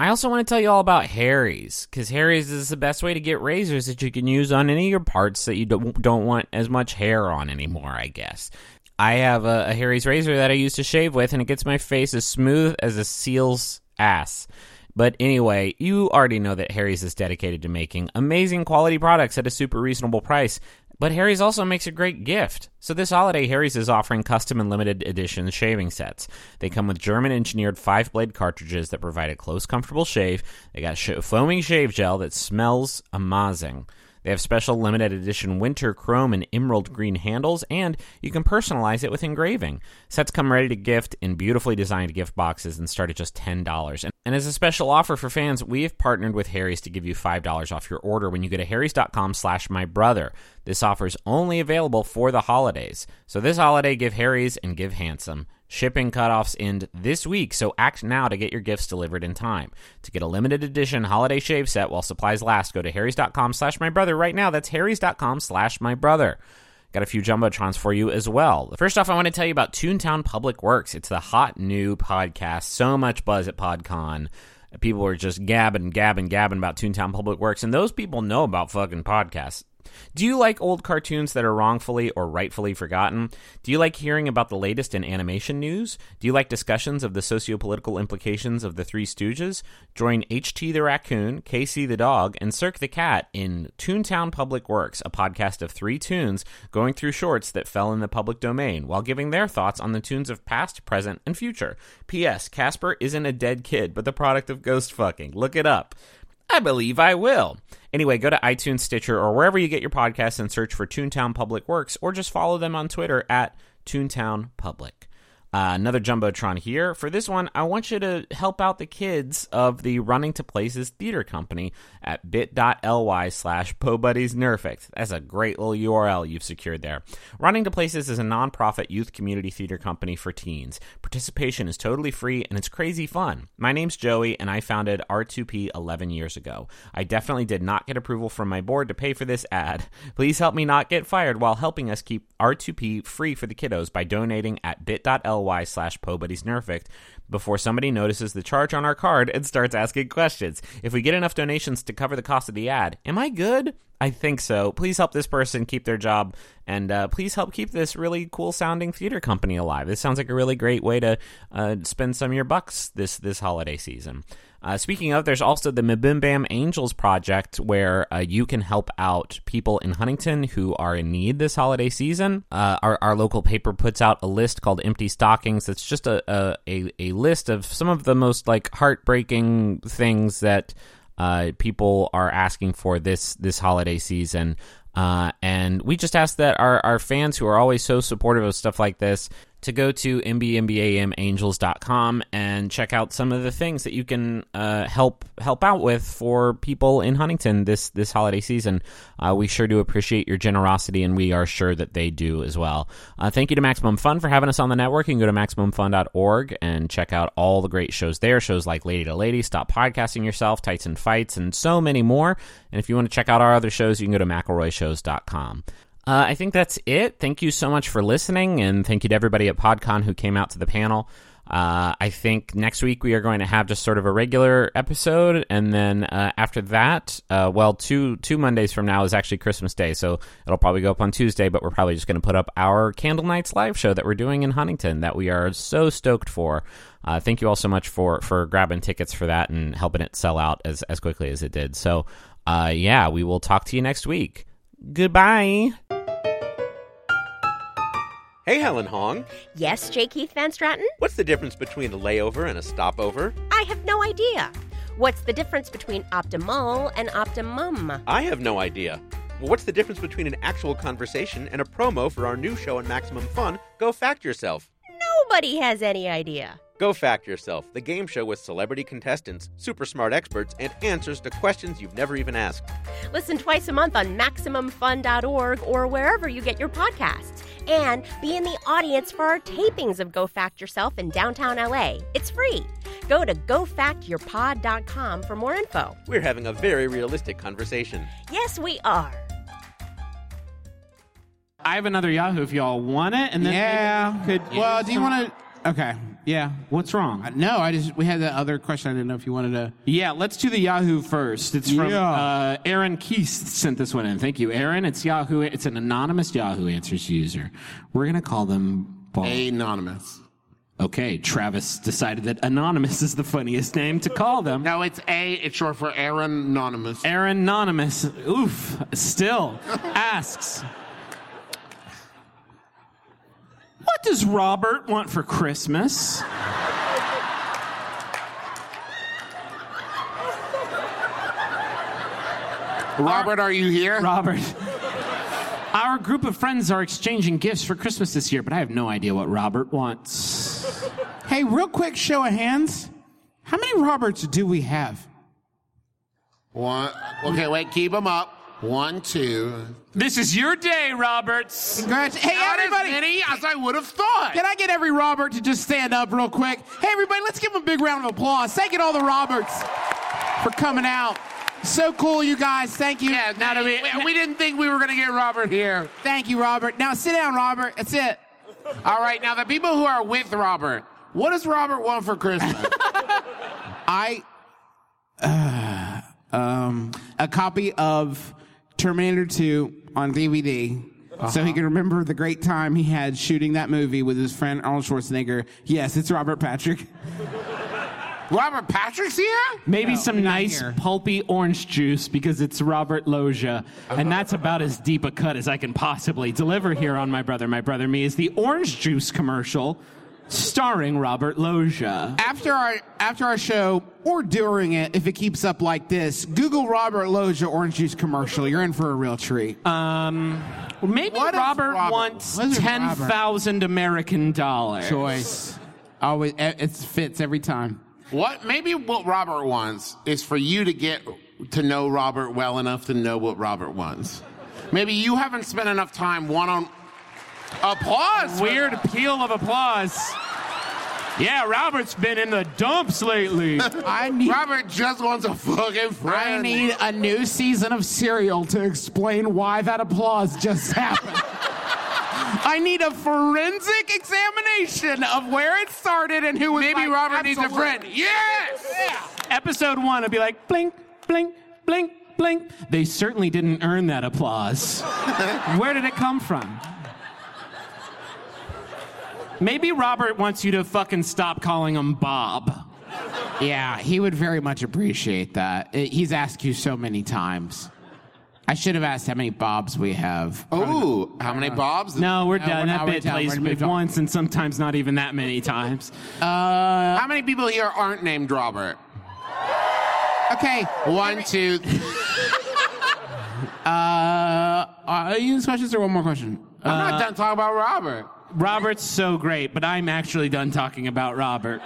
I also want to tell you all about Harry's because Harry's is the best way to get razors that you can use on any of your parts that you don't, don't want as much hair on anymore, I guess. I have a, a Harry's razor that I use to shave with, and it gets my face as smooth as a seal's ass. But anyway, you already know that Harry's is dedicated to making amazing quality products at a super reasonable price. But Harry's also makes a great gift. So this holiday, Harry's is offering custom and limited edition shaving sets. They come with German engineered five blade cartridges that provide a close, comfortable shave. They got sh- foaming shave gel that smells amazing. They have special limited edition winter chrome and emerald green handles, and you can personalize it with engraving. Sets come ready to gift in beautifully designed gift boxes and start at just $10. And, and as a special offer for fans, we have partnered with Harry's to give you $5 off your order when you go to harrys.com slash my brother. This offer is only available for the holidays. So this holiday, give Harry's and give handsome. Shipping cutoffs end this week, so act now to get your gifts delivered in time. To get a limited edition holiday shave set while supplies last, go to harrys.com slash my brother right now. That's harrys.com slash my brother. Got a few jumbotrons for you as well. First off, I want to tell you about Toontown Public Works. It's the hot new podcast. So much buzz at PodCon. People are just gabbing, gabbing, gabbing about Toontown Public Works, and those people know about fucking podcasts. Do you like old cartoons that are wrongfully or rightfully forgotten? Do you like hearing about the latest in animation news? Do you like discussions of the socio-political implications of the Three Stooges? Join HT the Raccoon, KC the Dog, and Cirque the Cat in Toontown Public Works, a podcast of three tunes going through shorts that fell in the public domain while giving their thoughts on the tunes of past, present, and future. P.S. Casper isn't a dead kid, but the product of ghost fucking. Look it up. I believe I will. Anyway, go to iTunes, Stitcher, or wherever you get your podcasts and search for Toontown Public Works, or just follow them on Twitter at Toontown Public. Uh, another Jumbotron here. For this one, I want you to help out the kids of the Running to Places Theater Company at bit.ly slash pobuddiesnerfect. That's a great little URL you've secured there. Running to Places is a nonprofit youth community theater company for teens. Participation is totally free and it's crazy fun. My name's Joey and I founded R2P 11 years ago. I definitely did not get approval from my board to pay for this ad. Please help me not get fired while helping us keep R2P free for the kiddos by donating at bit.ly slash pobuddiesnerfect before somebody notices the charge on our card and starts asking questions. If we get enough donations to cover the cost of the ad, am I good? I think so. Please help this person keep their job, and uh, please help keep this really cool sounding theater company alive. This sounds like a really great way to uh, spend some of your bucks this this holiday season. Uh, speaking of, there's also the Mabim Bam Angels Project, where uh, you can help out people in Huntington who are in need this holiday season. Uh, our, our local paper puts out a list called Empty Stockings. That's just a, a, a, a list of some of the most like heartbreaking things that uh, people are asking for this this holiday season. Uh, and we just ask that our, our fans who are always so supportive of stuff like this to go to mbmbamangels.com and check out some of the things that you can uh, help help out with for people in Huntington this this holiday season. Uh, we sure do appreciate your generosity, and we are sure that they do as well. Uh, thank you to Maximum Fun for having us on the network. You can go to maximumfun.org and check out all the great shows there. Shows like Lady to Lady, Stop Podcasting Yourself, Tights and Fights, and so many more. And if you want to check out our other shows, you can go to mcelroyshows.com. Uh, I think that's it. Thank you so much for listening, and thank you to everybody at PodCon who came out to the panel. Uh, I think next week we are going to have just sort of a regular episode, and then uh, after that, uh, well, two two Mondays from now is actually Christmas Day, so it'll probably go up on Tuesday. But we're probably just going to put up our Candle Nights live show that we're doing in Huntington that we are so stoked for. Uh, thank you all so much for for grabbing tickets for that and helping it sell out as as quickly as it did. So, uh, yeah, we will talk to you next week. Goodbye.
Hey, Helen Hong.
Yes, J. Keith Van Straten?
What's the difference between a layover and a stopover?
I have no idea. What's the difference between optimal and optimum?
I have no idea. Well, what's the difference between an actual conversation and a promo for our new show on Maximum Fun? Go fact yourself.
Nobody has any idea.
Go Fact Yourself, the game show with celebrity contestants, super smart experts, and answers to questions you've never even asked.
Listen twice a month on MaximumFun.org or wherever you get your podcasts. And be in the audience for our tapings of Go Fact Yourself in downtown LA. It's free. Go to GoFactYourPod.com for more info.
We're having a very realistic conversation.
Yes, we are.
I have another Yahoo if y'all want it, and then
Yeah.
maybe we could
well, do you want to? Okay. Yeah.
What's wrong?
No, I just we had that other question. I didn't know if you wanted to.
Yeah, let's do the Yahoo first. It's from
Yeah.
uh, Aaron Keith sent this one in. Thank you, Aaron. It's Yahoo. It's an anonymous Yahoo Answers user. We're gonna call them Paul.
Anonymous.
Okay, Travis decided that anonymous is the funniest name to call them.
No, it's A. It's short for Aaron Anonymous.
Aaron anonymous. Oof. Still asks. What does Robert want for Christmas?
Robert, are you here?
Robert. Our group of friends are exchanging gifts for Christmas this year, but I have no idea what Robert wants.
Hey, real quick, show of hands. How many Roberts do we have?
One. Okay, wait. Keep them up. One, two.
This is your day, Roberts.
Congrats. Hey,
Not as
everybody.
many as I would have thought.
Can I get every Robert to just stand up real quick? Hey, everybody, let's give them a big round of applause. Thank you to all the Roberts for coming out. So cool, you guys. Thank you.
Yeah, not we, we didn't think we were going to get Robert here.
Thank you, Robert. Now sit down, Robert. That's it.
All right, now the people who are with Robert, what does Robert want for Christmas?
I, uh, um, a copy of Terminator 2 on DVD. So
Uh-huh.
he can remember the great time he had shooting that movie with his friend Arnold Schwarzenegger. Yes, it's Robert Patrick.
Robert Patrick's here?
Maybe
No,
some
not
nice
here.
pulpy orange juice because it's Robert Loggia,
Uh-huh.
and that's about as deep a cut as I can possibly deliver here on My Brother, My Brother Me is the orange juice commercial starring Robert Loggia.
After our after our show or during it, if it keeps up like this, Google Robert Loggia orange juice commercial. You're in for a real treat.
Um, well, maybe
What is
Robert,
Robert?
wants
What is Robert?
10,000 American dollars.
Choice. Always, e, it fits every time.
What maybe what Robert wants is for you to get to know Robert well enough to know what Robert wants. Maybe you haven't spent enough time one on applause.
Weird peal of applause. Yeah, Robert's been in the dumps lately.
I need
Robert just wants a fucking
I
friend.
need a new season of Serial to explain why that applause just happened. I need a forensic examination of where it started and who was
maybe
like,
Robert needs a
"Absolutely."
friend. Yes.
Episode one would be like blink, blink, blink, blink. They certainly didn't earn that applause. Where did it come from? Maybe Robert wants you to fucking stop calling him Bob.
Yeah, he would very much appreciate that. Uh, He's asked you so many times. I should have asked how many bobs we have.
Ooh, how many bobs?
No, we're
No,
done. that
we're not- we're
bit
done.
plays
We're moved on.
once and sometimes not even that many times.
How many people here aren't named Robert?
Okay.
One, two. th-
Uh, Are you these questions or one more question? Uh,
I'm not done talking about Robert.
Robert's so great, but I'm actually done talking about Robert.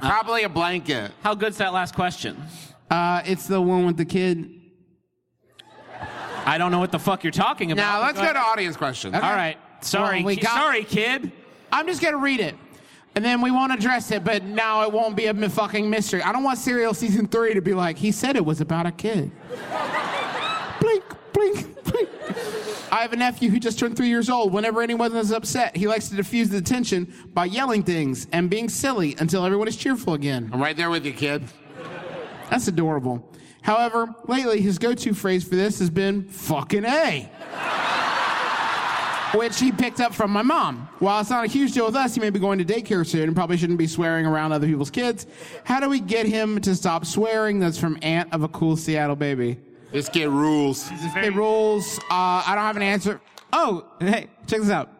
Probably a blanket.
How good's that last question?
Uh, it's the one with the kid.
I don't know what the fuck you're talking about.
Now let's
but-
go to audience questions.
All right. Sorry.
Well, we
ki-
got-
Sorry, kid.
I'm just gonna read it, and then we won't address it. But now it won't be a m- fucking mystery. I don't want Serial season three to be like he said it was about a kid. blink, blink, blink. I have a nephew who just turned three years old. Whenever anyone is upset, he likes to diffuse the tension by yelling things and being silly until everyone is cheerful again.
I'm right there with you, kid.
That's adorable. However, lately his go-to phrase for this has been "fucking a." which he picked up from my mom. While it's not a huge deal with us, he may be going to daycare soon and probably shouldn't be swearing around other people's kids. How do we get him to stop swearing? That's from Aunt of a Cool Seattle Baby.
This kid rules.
It rules. Uh, I don't have an answer. Oh, hey, check this out.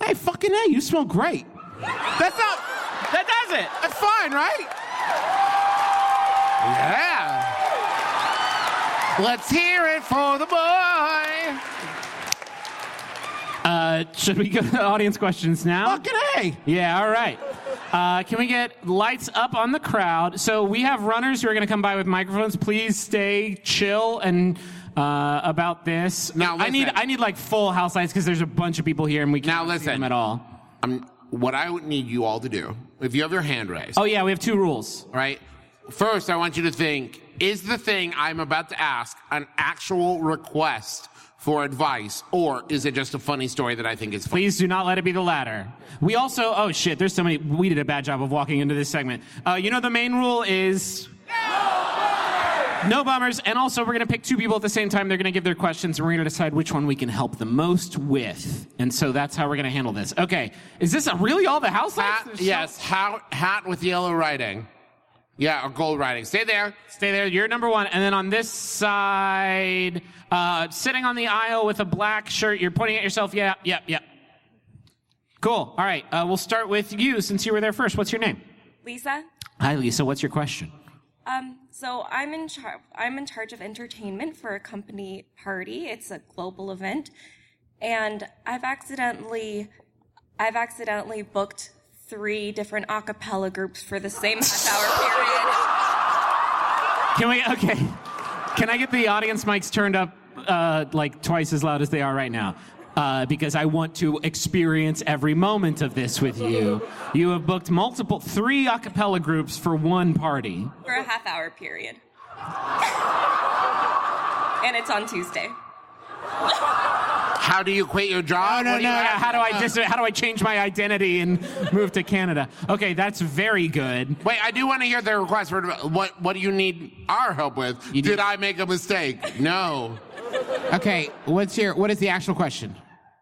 Hey, fucking A, you smell great. That's not,
That does it.
that's fine, right?
Yeah. Let's hear it for the boy.
Uh, should we go to audience questions now?
Fucking A.
Yeah, all right. Uh, can we get lights up on the crowd? So we have runners who are going to come by with microphones. Please stay chill and uh, about this.
Now,
I need
listen.
I need like full house lights because there's a bunch of people here and we can't
Now,
see them
listen.
at all.
I'm, Um, what I would need you all to do, if you have your hand raised,
Oh yeah, we have two rules.
right? First, I want you to think is the thing I'm about to ask an actual request for advice, or is it just a funny story that I think is funny?
Please do not let it be the latter. We also oh shit, there's so many. We did a bad job of walking into this segment. Uh, you know the main rule is. No bummers, and also we're gonna pick two people at the same time. They're gonna give their questions, and we're gonna decide which one we can help the most with. And so that's how we're gonna handle this. Okay, is this really all the house lights?
Hat,
There's so-
yes, hat, hat with yellow writing. Yeah, or gold writing. Stay there.
Stay there. You're number one. And then on this side, uh, sitting on the aisle with a black shirt, you're pointing at yourself. Yeah, yeah, yeah. Cool. All right. Uh, we'll start with you since you were there first. What's your name?
Lisa,
Hi, Lisa. What's your question?
um, so I'm in charge. I'm in charge of entertainment for a company party. It's a global event, and I've accidentally, I've accidentally booked three different a cappella groups for the same half-hour
Can we? Okay. Can I get the audience mics turned up uh, like twice as loud as they are right now? Uh, because I want to experience every moment of this with you. You have booked multiple, three a cappella groups for one party.
period for a half-hour period, and it's on Tuesday.
How do you quit your job? What do you
Yeah,
have?
how do I dis- how do I change my identity and move to Canada? Okay, that's very good.
Wait, I do want to hear the request for what. What do you need our help with?
do-
Did I make a mistake? No.
Okay, what's your, what is the actual question?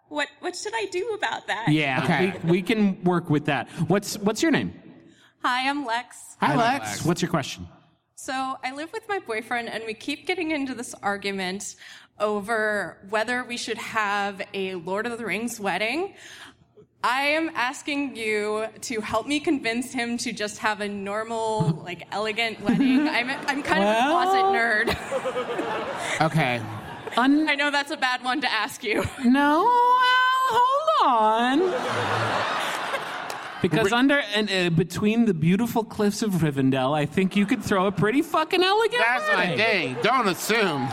What what should I do about that?
Yeah,
Okay.
we, we can work with that. What's what's your name?
Hi, I'm Lex.
Hi, Lex.
What's your question?
So I live with my boyfriend and we keep getting into this argument over whether we should have a Lord of the Rings wedding. I am asking you to help me convince him to just have a normal, like elegant wedding. I'm, I'm kind
Well-
of a closet nerd.
Okay.
Un-
I know that's a bad one to ask you.
no, well, hold on. Because under and uh, between the beautiful cliffs of Rivendell, I think you could throw a pretty fucking elegant.
That's my
wedding.
thing. Don't assume.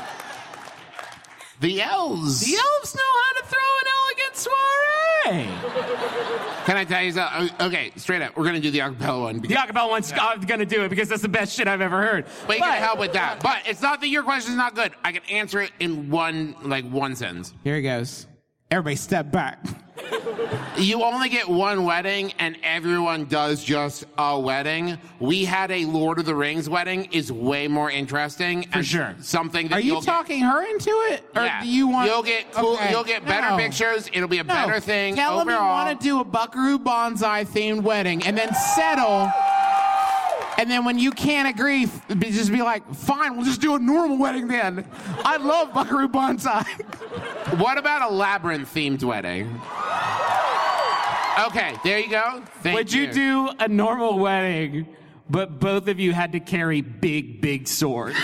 The elves.
The elves know how to throw an elegant soiree.
Can I tell you something? Uh, Okay, straight up, we're gonna do the acapella one. Because,
The acapella one's I'm gonna do it because that's the best shit I've ever heard.
But you can help with that. But it's not that your question's not good. I can answer it in one, like one sentence.
Here he goes. Everybody step back.
You only get one wedding, and everyone does just a wedding. We had a Lord of the Rings wedding. Is way more interesting. For
sure.
Something. That
Are you
you'll get-
talking her into it? Or
Yeah.
do you want
You'll get cool.
Okay.
You'll get better
No.
pictures. It'll be a
No.
better thing
Tell him you
overall.
want to do a Buckaroo Banzai themed wedding and then settle And then when you can't agree, f- be- just be like, fine, we'll just do a normal wedding then. I love Buckaroo Banzai.
What about a labyrinth themed wedding? Okay, there you go. Thank
Would you do a normal wedding, but both of you had to carry big, big swords?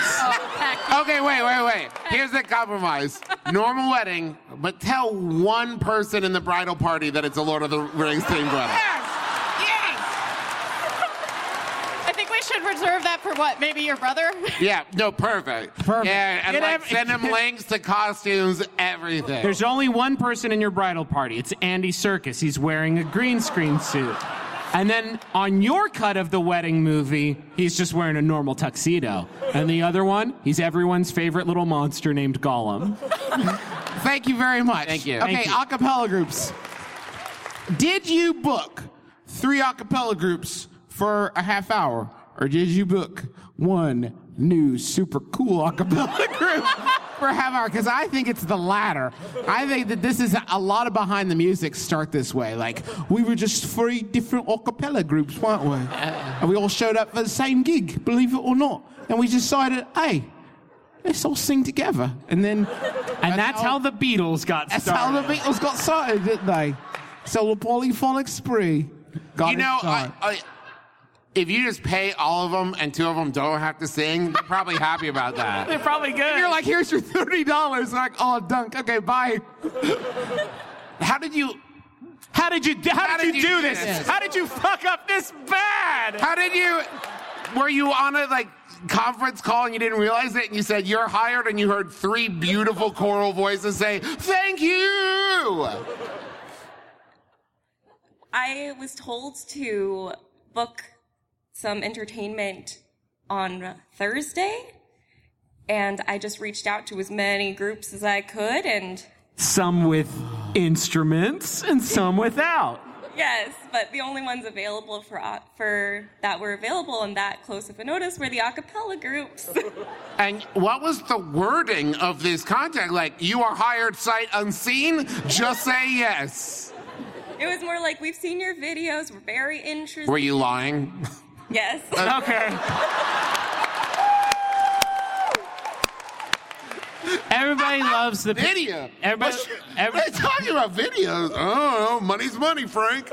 Okay, wait, wait, wait. Here's the compromise. Normal wedding, but tell one person in the bridal party that it's a Lord of the Rings themed wedding.
I think we should reserve that for what? Maybe your brother?
Yeah, no, perfect.
Perfect.
Yeah, and
Get
like,
every-
send them links to costumes, everything.
There's only one person in your bridal party. It's Andy Circus. He's wearing a green screen suit. And then on your cut of the wedding movie, he's just wearing a normal tuxedo. And the other one, he's everyone's favorite little monster named Gollum.
Thank you very much.
Thank you.
Okay,
Thank you.
acapella groups. Did you book three acapella groups for a half hour, or did you book one new super cool acapella group for a half hour? Because I think it's the latter. I think that this is a lot of behind the music start this way. Like we were just three different acapella groups, weren't we?
Uh.
And we all showed up for the same gig, believe it or not. And we decided, hey. Let's all sing together, and then
And that's how the Beatles got
that's
started.
how the Beatles got started, didn't they? So the polyphonic spree got
you know,
its
I,
start.
I, if you just pay all of them and two of them don't have to sing, they're probably happy about that.
They're probably good.
You're like, here's your thirty dollars. Like, oh, dunk. Okay, bye.
How did you?
how did you, how did you do this?
this?
How did you fuck up this bad?
How did you? Were you on a like conference call and you didn't realize it, and you said you're hired, and you heard three beautiful choral voices say "Thank you."
I was told to book some entertainment on Thursday, and I just reached out to as many groups as I could, and
Some with instruments and some without.
yes, but the only ones available for uh, for that were available on that close of a notice were the a cappella groups.
And what was the wording of this contact? Like, you are hired sight unseen, just say yes.
it was more like we've seen your videos, we're very interested.
Were you lying?
yes.
Okay. Everybody loves the
Video.
Everybody,
They're
everybody,
talking about videos. Oh, money's money, Frank.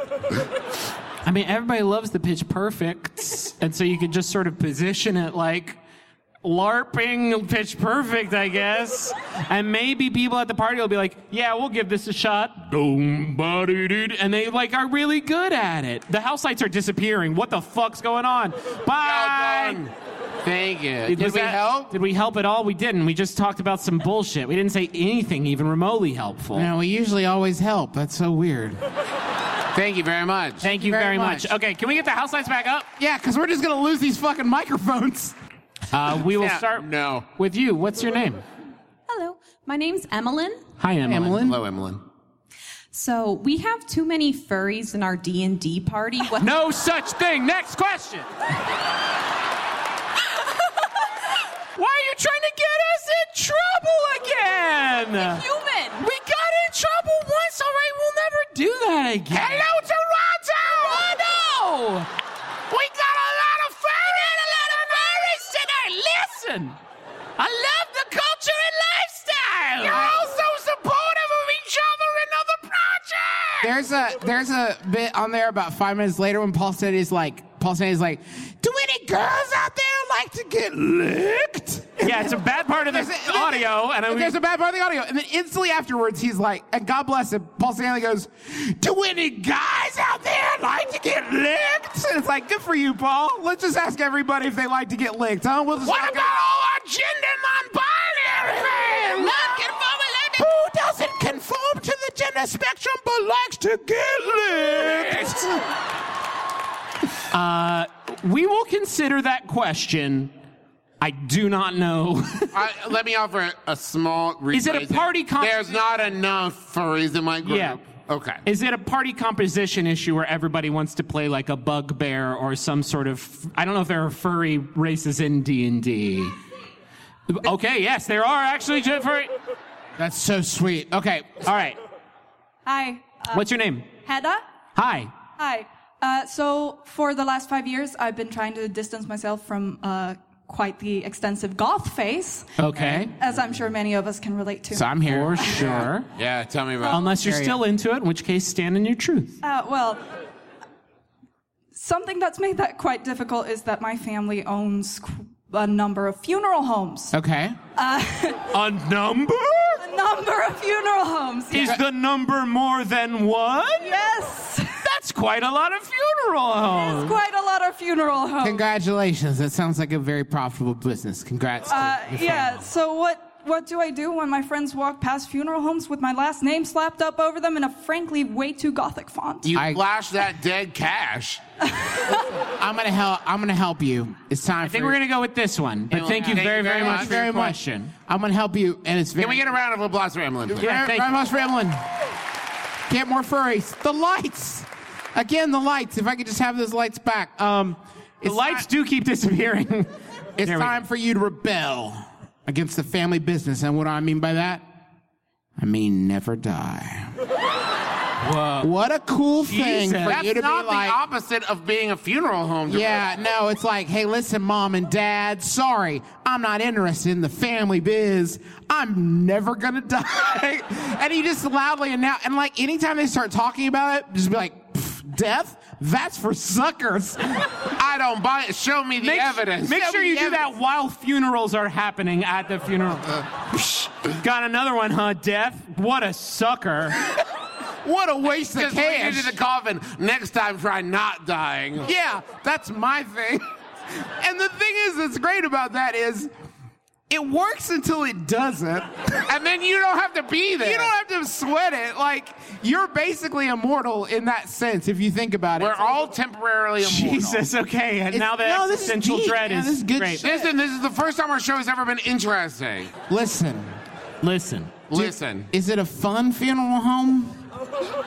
I mean, everybody loves the pitch perfect, and so you could just sort of position it like LARPing pitch perfect, I guess. And maybe people at the party will be like, "Yeah, we'll give this a shot." Boom, ba-dee-dee. and they like are really good at it. The house lights are disappearing. What the fuck's going on? Bye.
Thank you.
Did,
Did,
was
we
that-
help?
Did we help at all? We didn't. We just talked about some bullshit. We didn't say anything even remotely helpful.
You know, we usually always help. That's so weird.
Thank you very much.
Thank you very, much. Okay, can we get the house lights back up?
Yeah, because we're just gonna lose these fucking microphones.
Uh, we will
Yeah,
start
no.
with you. What's your name?
Hello, my name's Emmeline.
Hi, Emily.
Emlyn.
Hello, Emily.
So we have too many furries in our D and D party. What?
No such thing. Next question. Why are you trying to get us in trouble again?
Human.
We got in trouble once, all right? We'll never do that again. Hello, Toronto! Toronto! We got a lot of fun and a lot of berries today. Listen, I love the culture and lifestyle. You're all so supportive of each other and other projects.
There's a there's a bit on there about five minutes later when Paul said he's like Paul said he's like, do any girls out there like to get licked?
Yeah, it's a bad part of the
There's a-
audio, and I
there's a bad part of the audio. And then instantly afterwards, he's like, and God bless him, Paul Stanley goes, Do any guys out there like to get licked? And it's like, good for you, Paul. Let's just ask everybody if they like to get licked, huh? We'll just
What about all
our gender non-binary men? Who doesn't conform to the gender spectrum but likes to get licked?
we will consider that question. I do not know.
I, let me offer a small reason.
Is it a party con-
There's not enough furries in my group.
Yeah.
Okay.
Is it a party composition issue where everybody wants to play like a bugbear or some sort of? I don't know if there are furry races in D and D. Okay, yes, there are actually ju- furry.
That's so sweet. Okay.
All right,
Hi. Uh,
what's your name?
Hedda?
Hi.
Hi.
Uh, so for the last five years, I've been trying to distance myself from uh, quite the extensive goth phase,
Okay.
as I'm sure many of us can relate to.
So I'm here. For sure.
Yeah, tell me about
Uh, Unless you're
Area.
still into it, in which case, stand in your truth.
Uh, well, something that's made that quite difficult is that my family owns qu- a number of funeral homes.
Okay.
Uh,
A number?
a number of funeral homes.
Is the number more than one?
Yes.
That's quite a lot of funeral homes.
quite a lot of funeral
Oh.
homes.
Congratulations. That sounds like a very profitable business. Congrats. to
Uh,
your
yeah. So what? What do I do when my friends walk past funeral homes with my last name slapped up over them in a frankly way too gothic font?
You I-
flash that dead cash.
family. I'm gonna help. I'm gonna help you. It's time. I
think we're gonna go with this one. But thank you very, very much for your question.
I'm gonna help you, and it's very.
Can we get a round of applause for Emlyn? please?
Yeah, very, much, Ramlin. Get more furries. The lights. Again, the lights. If I could just have those lights back. Um,
The lights do keep disappearing. There we
It's
go.
time for you to rebel against the family business. And what do I mean by that? I mean, never die. What a cool thing for
That's
you to
not
be like.
the opposite of being a funeral home.
Yeah, no, it's like, hey, listen, mom and dad, sorry, I'm not interested in the family biz. I'm never gonna die. and you just loudly announce, and like anytime they start talking about it, just be like, "Pff, death? That's for suckers.
I don't buy it. Show me the
Make,
evidence.
make
Show
sure
me
you
the
do that
evidence.
while funerals are happening at the funeral.
Uh,
Got another one, huh? Death? What a sucker.
what a waste of
Just lead
cash.
into the coffin. Next time, try not dying.
Yeah, that's my thing. And the thing is that's great about that is it works until it doesn't.
And then you don't have to be there.
You don't have to sweat it. Like you're basically immortal in that sense, if you think about it.
We're all temporarily immortal.
Jesus, okay. And
It's-
now the
no, this is
existential
deep,
dread
man,
is,
this is good
great.
shit.
Listen, this is the first time our show has ever been interesting.
Listen,
Listen,
Listen.
is it a fun funeral home?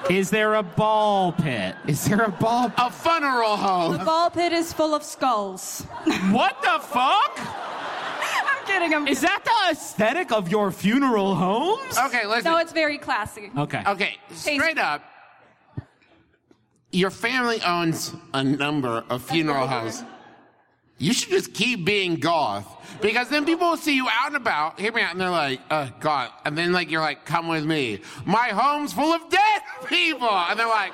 is there a ball pit?
Is there a ball?
A funeral home.
The ball pit is full of skulls.
What the fuck?
I'm kidding. I'm
Is
kidding.
that the aesthetic of your funeral homes?
Okay, listen.
No, it's very classy.
Okay.
Okay, straight up. Your family owns a number of funeral homes. You should just keep being goth because then people will see you out and about, hear me out, and they're like, uh, goth. And then, like, you're like, come with me. My home's full of dead people. And they're like,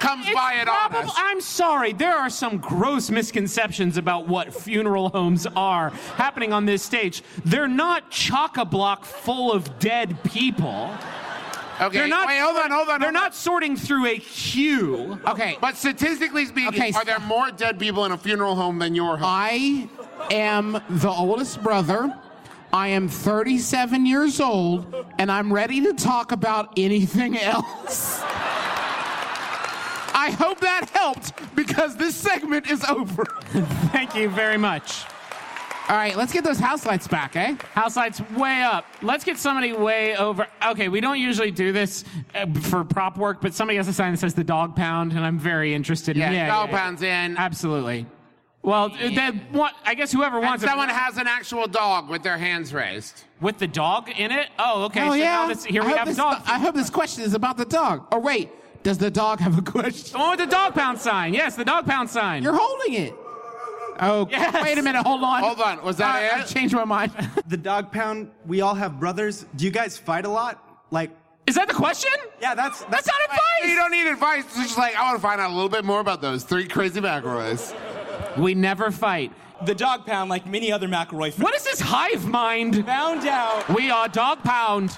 come buy it
probab-
on us.
I'm sorry, there are some gross misconceptions about what funeral homes are happening on this stage. They're not chock a block full of dead people.
Okay,
They're not,
wait, hold on, hold on.
They're
hold
not sorting through a queue.
Okay,
on. But statistically speaking,
Okay,
are there more dead people in a funeral home than your home?
I am the oldest brother. I am 37 years old, and I'm ready to talk about anything else. I hope that helped because this segment is over.
Thank you very much.
All right, let's get those house lights back, eh?
House lights way up. Let's get somebody way over. Okay, we don't usually do this uh, for prop work, but somebody has a sign that says the dog pound, and I'm very interested.
yeah,
in yeah,
dog
yeah,
pounds in.
Absolutely. Well, then what, I guess whoever
And
wants it-
someone has an actual dog with their hands raised.
with the dog in it. Oh, okay.
Oh
so
yeah.
now this, here
I
we
hope
have a
this-
dog.
I hope this question is about the dog. Or wait, does the dog have a question?
the one with the dog pound sign. Yes, the dog pound sign.
You're holding it. Oh,
Yes.
wait a minute. Hold on.
Hold on, was that
I, I
it?
changed my mind.
The dog pound, we all have brothers. Do you guys fight a lot? Like,
Is that the question?
yeah, that's that's,
That's not advice.
You don't need advice. It's just like, I want to find out a little bit more about those three crazy McElroys.
We never fight.
the dog pound, like many other McElroy fans,
What is this hive mind?
found out.
We are dog pound.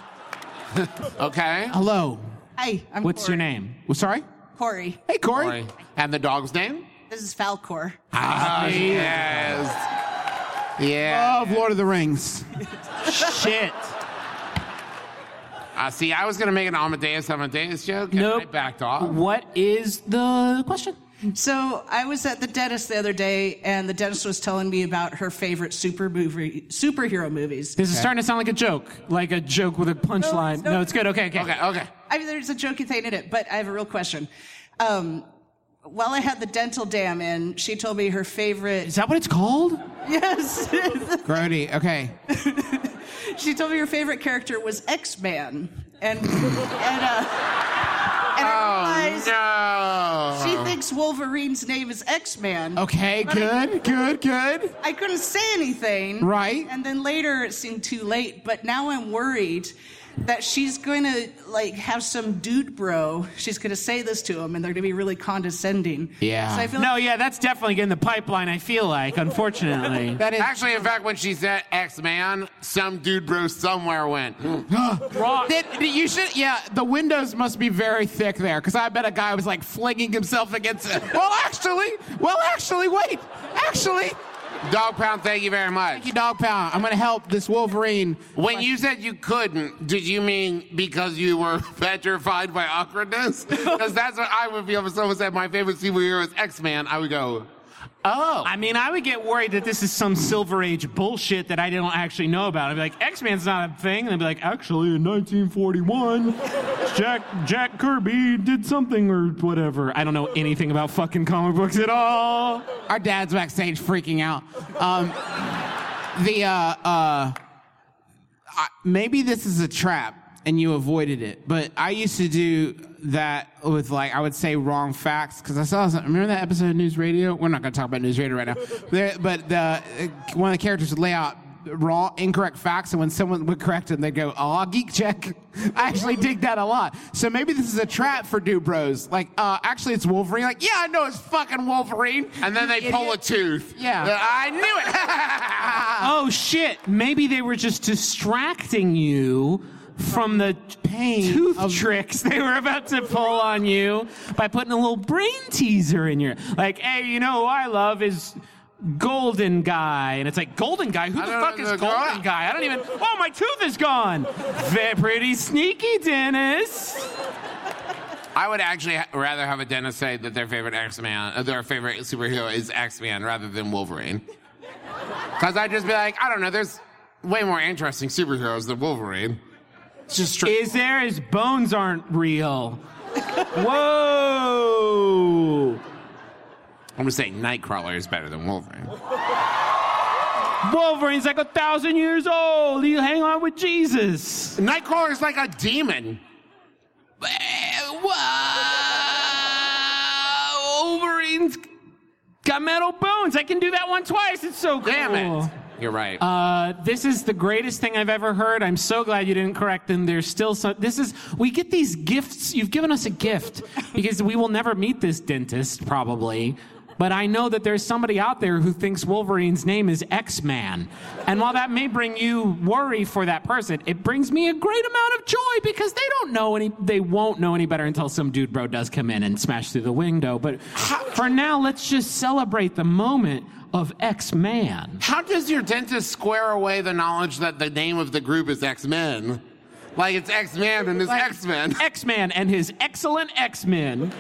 Okay?
Hello.
Hi, I'm
What's
Corey.
your name? Oh,
Well, sorry.
Corey.
Hey, Corey.
And the dog's name?
This is Falcor.
Ah, yes. Yeah.
Love Lord of the Rings.
Shit.
Uh, see, I was going to make an Amadeus Amadeus joke, and I
Nope.
backed off.
What is the question?
So I was at the dentist the other day, and the dentist was telling me about her favorite super movie, superhero movies.
This is starting to sound like a joke, like a joke with a punchline. No, it's good. Okay, okay.
Okay, okay.
I mean, there's a jokey thing in it, but I have a real question. Um, while I had the dental dam in, she told me her favorite.
Is that what it's called?
Yes,
Grody. Okay.
she told me her favorite character was X Man,
Oh.
and and uh, and I realized
No.
she thinks
guess Wolverine's name is X Man.
Okay, good, good, good.
I couldn't say anything.
Right.
And then later it seemed too late, but now I'm worried that she's going to like have some dude bro. She's going to say this to him and they're going to be really condescending.
Yeah.
So I feel
no, yeah, that's definitely getting the pipeline, I feel like, unfortunately.
Actually, in fact, when she said X Man, some dude bro somewhere went.
That- that you should, yeah. The windows must be very thick there, because I bet a guy was like flinging himself against. it. Well, actually, well, actually, wait, actually.
Dog pound, thank you very much. Thank
you, dog pound. I'm gonna help this Wolverine.
When you said you couldn't, did you mean because you were petrified by awkwardness? Because that's what I would feel if someone said my favorite superhero is X Man. I would go,
Oh. I mean, I would get worried that this is some Silver Age bullshit that I don't actually know about. I'd be like, X Man's not a thing. And I'd be like, actually, in 1941, Jack, Jack Kirby did something or whatever. I don't know anything about fucking comic books at all.
Our dad's backstage freaking out. Um, the uh, uh, I, maybe this is a trap and you avoided it, but I used to do that with like I would say wrong facts because I saw some, remember that episode of News Radio. We're not going to talk about News Radio right now, there, but the, uh, one of the characters would lay out raw incorrect facts, and when someone would correct them, they go, "Ah, geek check." I actually dig that a lot. So maybe this is a trap for dude bros. Like, uh, actually, it's Wolverine. Like, yeah, I know it's fucking Wolverine.
And then
You
they pull a
idiot.
tooth.
Yeah.
I knew it.
oh, shit. Maybe they were just distracting you from the pain tooth tricks they were about to pull on you by putting a little brain teaser in your like hey you know who i love is golden guy and it's like golden guy who the
don't
fuck
know
is
the
golden
guy.
guy i don't even oh my tooth is gone Very pretty sneaky dennis
I would actually ha- rather have a dentist say that their favorite X Man, uh, their favorite superhero is X Man rather than Wolverine. Because I'd just be like, I don't know, there's way more interesting superheroes than Wolverine. It's just true.
is there his bones aren't real whoa
I'm gonna say Nightcrawler is better than Wolverine.
Wolverine's like a thousand years old. You hang on with Jesus.
Nightcrawler is like a demon.
Wolverine's got metal bones. I can do that one twice. It's so cool.
Damn it. You're right.
Uh, this is the greatest thing I've ever heard. I'm so glad you didn't correct them. There's still some. This is. We get these gifts. You've given us a gift because we will never meet this dentist, probably. But I know that there's somebody out there who thinks Wolverine's name is X Man. And while that may bring you worry for that person, it brings me a great amount of joy because they don't know any, they won't know any better until some dude bro does come in and smash through the window. But for now, let's just celebrate the moment of X Man.
How does your dentist square away the knowledge that the name of the group is X Men? Like it's X Men and it's X Men.
X Man and his excellent X Men.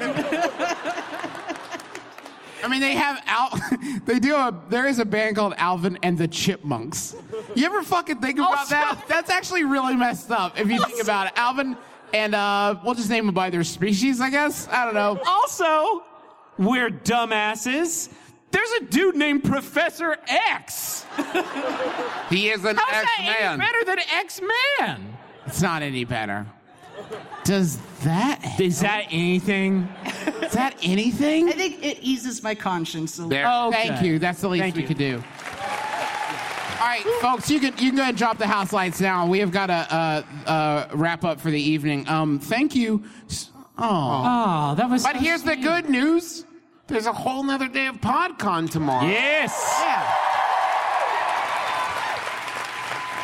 I mean, they have Al. They do a. There is a band called Alvin and the Chipmunks. You ever fucking think
Oh,
about
Also-
that? That's actually really messed up if you think about it. Alvin and uh, we'll just name them by their species, I guess. I don't know.
Also, we're dumbasses. There's a dude named Professor X.
He is an
How's that
X
any
Man.
better than X Man?
It's not any better. Does that?
Is that anything?
Is that anything?
I think it eases my conscience a little.
Oh, Thank you. That's the least we could do. All right, folks, you can you can go ahead and drop the house lights now. We have got a, a, a wrap up for the evening. Um, thank you. s- Oh,
oh, that was.
But here's the good news. There's a whole nother day of PodCon tomorrow.
Yes.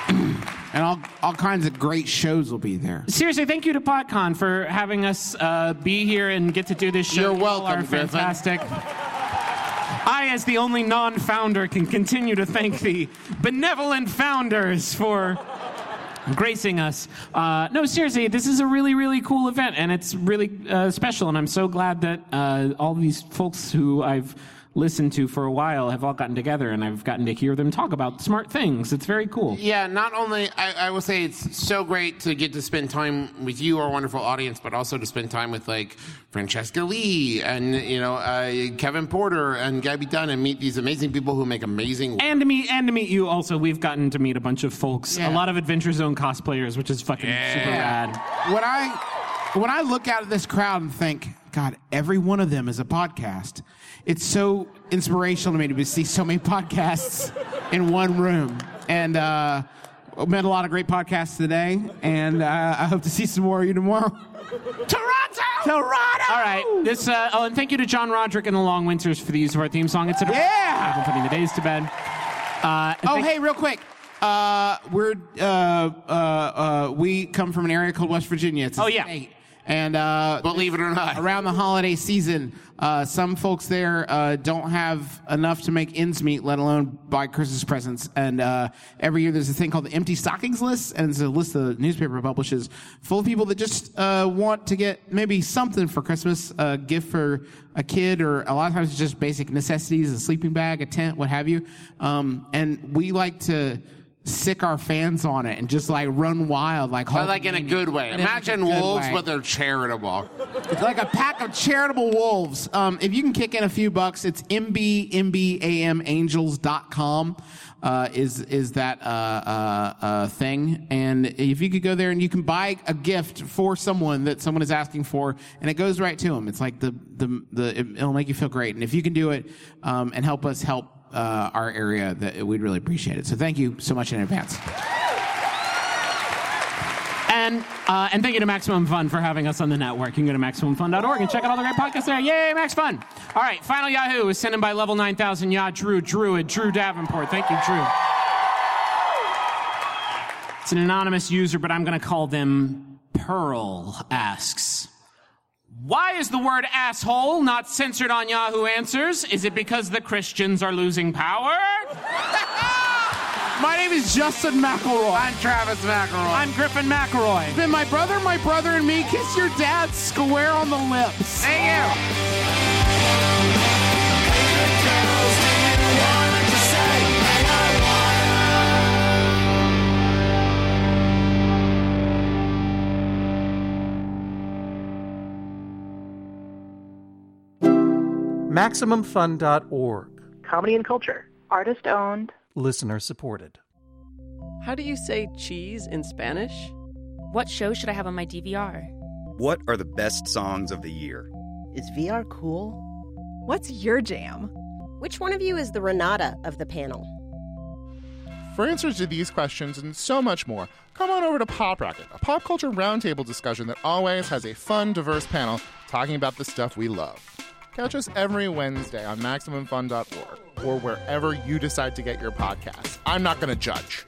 and all all kinds of great shows will be there.
Seriously, thank you to PodCon for having us uh, be here and get to do this show.
You're
You all
welcome,
are
Griffin.
fantastic. I, as the only non-founder, can continue to thank the benevolent founders for gracing us. Uh, no, seriously, this is a really, really cool event, and it's really uh, special. And I'm so glad that uh, all these folks who I've listened to for a while have all gotten together, and I've gotten to hear them talk about smart things. It's very cool.
Yeah, not only I, I will say it's so great to get to spend time with you, our wonderful audience, but also to spend time with like Francesca Lee and you know uh, Kevin Porter and Gabby Dunn and meet these amazing people who make amazing.
And to meet and to meet you also. We've gotten to meet a bunch of folks, a
Yeah.
lot of Adventure Zone cosplayers, which is fucking super rad.
When I when I look out at this crowd and think,
God, every one of them is a podcast. It's so inspirational to me to see so many podcasts in one room. And uh, met a lot of great podcasts today, and uh, I hope to see some more of you tomorrow.
Toronto!
Toronto!
All right. This uh, oh, and thank you to John Roderick and the Long Winters for the use of our theme song. It's an
Yeah!
for putting the days to bed. Uh, and
Oh,
thank-
hey, real quick. Uh, we're uh, uh, uh, we come from an area called West Virginia. It's a
Oh, yeah.
state. And uh,
believe it or not,
around the holiday season, uh, some folks there uh, don't have enough to make ends meet, let alone buy Christmas presents. And uh, every year, there's a thing called the empty stockings list, and it's a list the newspaper publishes full of people that just uh, want to get maybe something for Christmas, a gift for a kid, or a lot of times it's just basic necessities, a sleeping bag, a tent, what have you. Um, and we like to sick our fans on it and just like run wild, like
But like in a good way.
In a
Imagine
good
wolves,
way.
but they're charitable.
It's like a pack of charitable wolves. Um, if you can kick in a few bucks, it's mbmbamangels.com uh, is is that uh, uh, uh, thing. And if you could go there and you can buy a gift for someone that someone is asking for, and it goes right to them. It's like the the, the it'll make you feel great. And if you can do it um, and help us help uh, our area, that we'd really appreciate it. So thank you so much in advance.
And uh, and thank you to Maximum Fun for having us on the network. You can go to MaximumFun.org and check out all the great podcasts there. Yay, Max Fun! All right, Final Yahoo is sent in by Level 9000 Yah Drew Druid Drew Davenport. Thank you, Drew. It's an anonymous user, but I'm going to call them Pearl asks. Why is the word asshole not censored on Yahoo Answers? Is it because the Christians are losing power?
My name is Justin McElroy. I'm
Travis McElroy.
I'm Griffin McElroy.
Then my brother, my brother, and me kiss your dad square on the lips.
Thank
you.
MaximumFun.org.
Comedy and culture. Artist owned.
Listener supported.
How do you say cheese in Spanish? What show should I have on my DVR?
What are the best songs of the year?
Is VR cool?
What's your jam? Which one of you is the Renata of the panel?
For answers to these questions and so much more, come on over to Pop Rocket, a pop culture roundtable discussion that always has a fun, diverse panel talking about the stuff we love. Catch us every Wednesday on MaximumFun.org or wherever you decide to get your podcast. I'm not going to judge.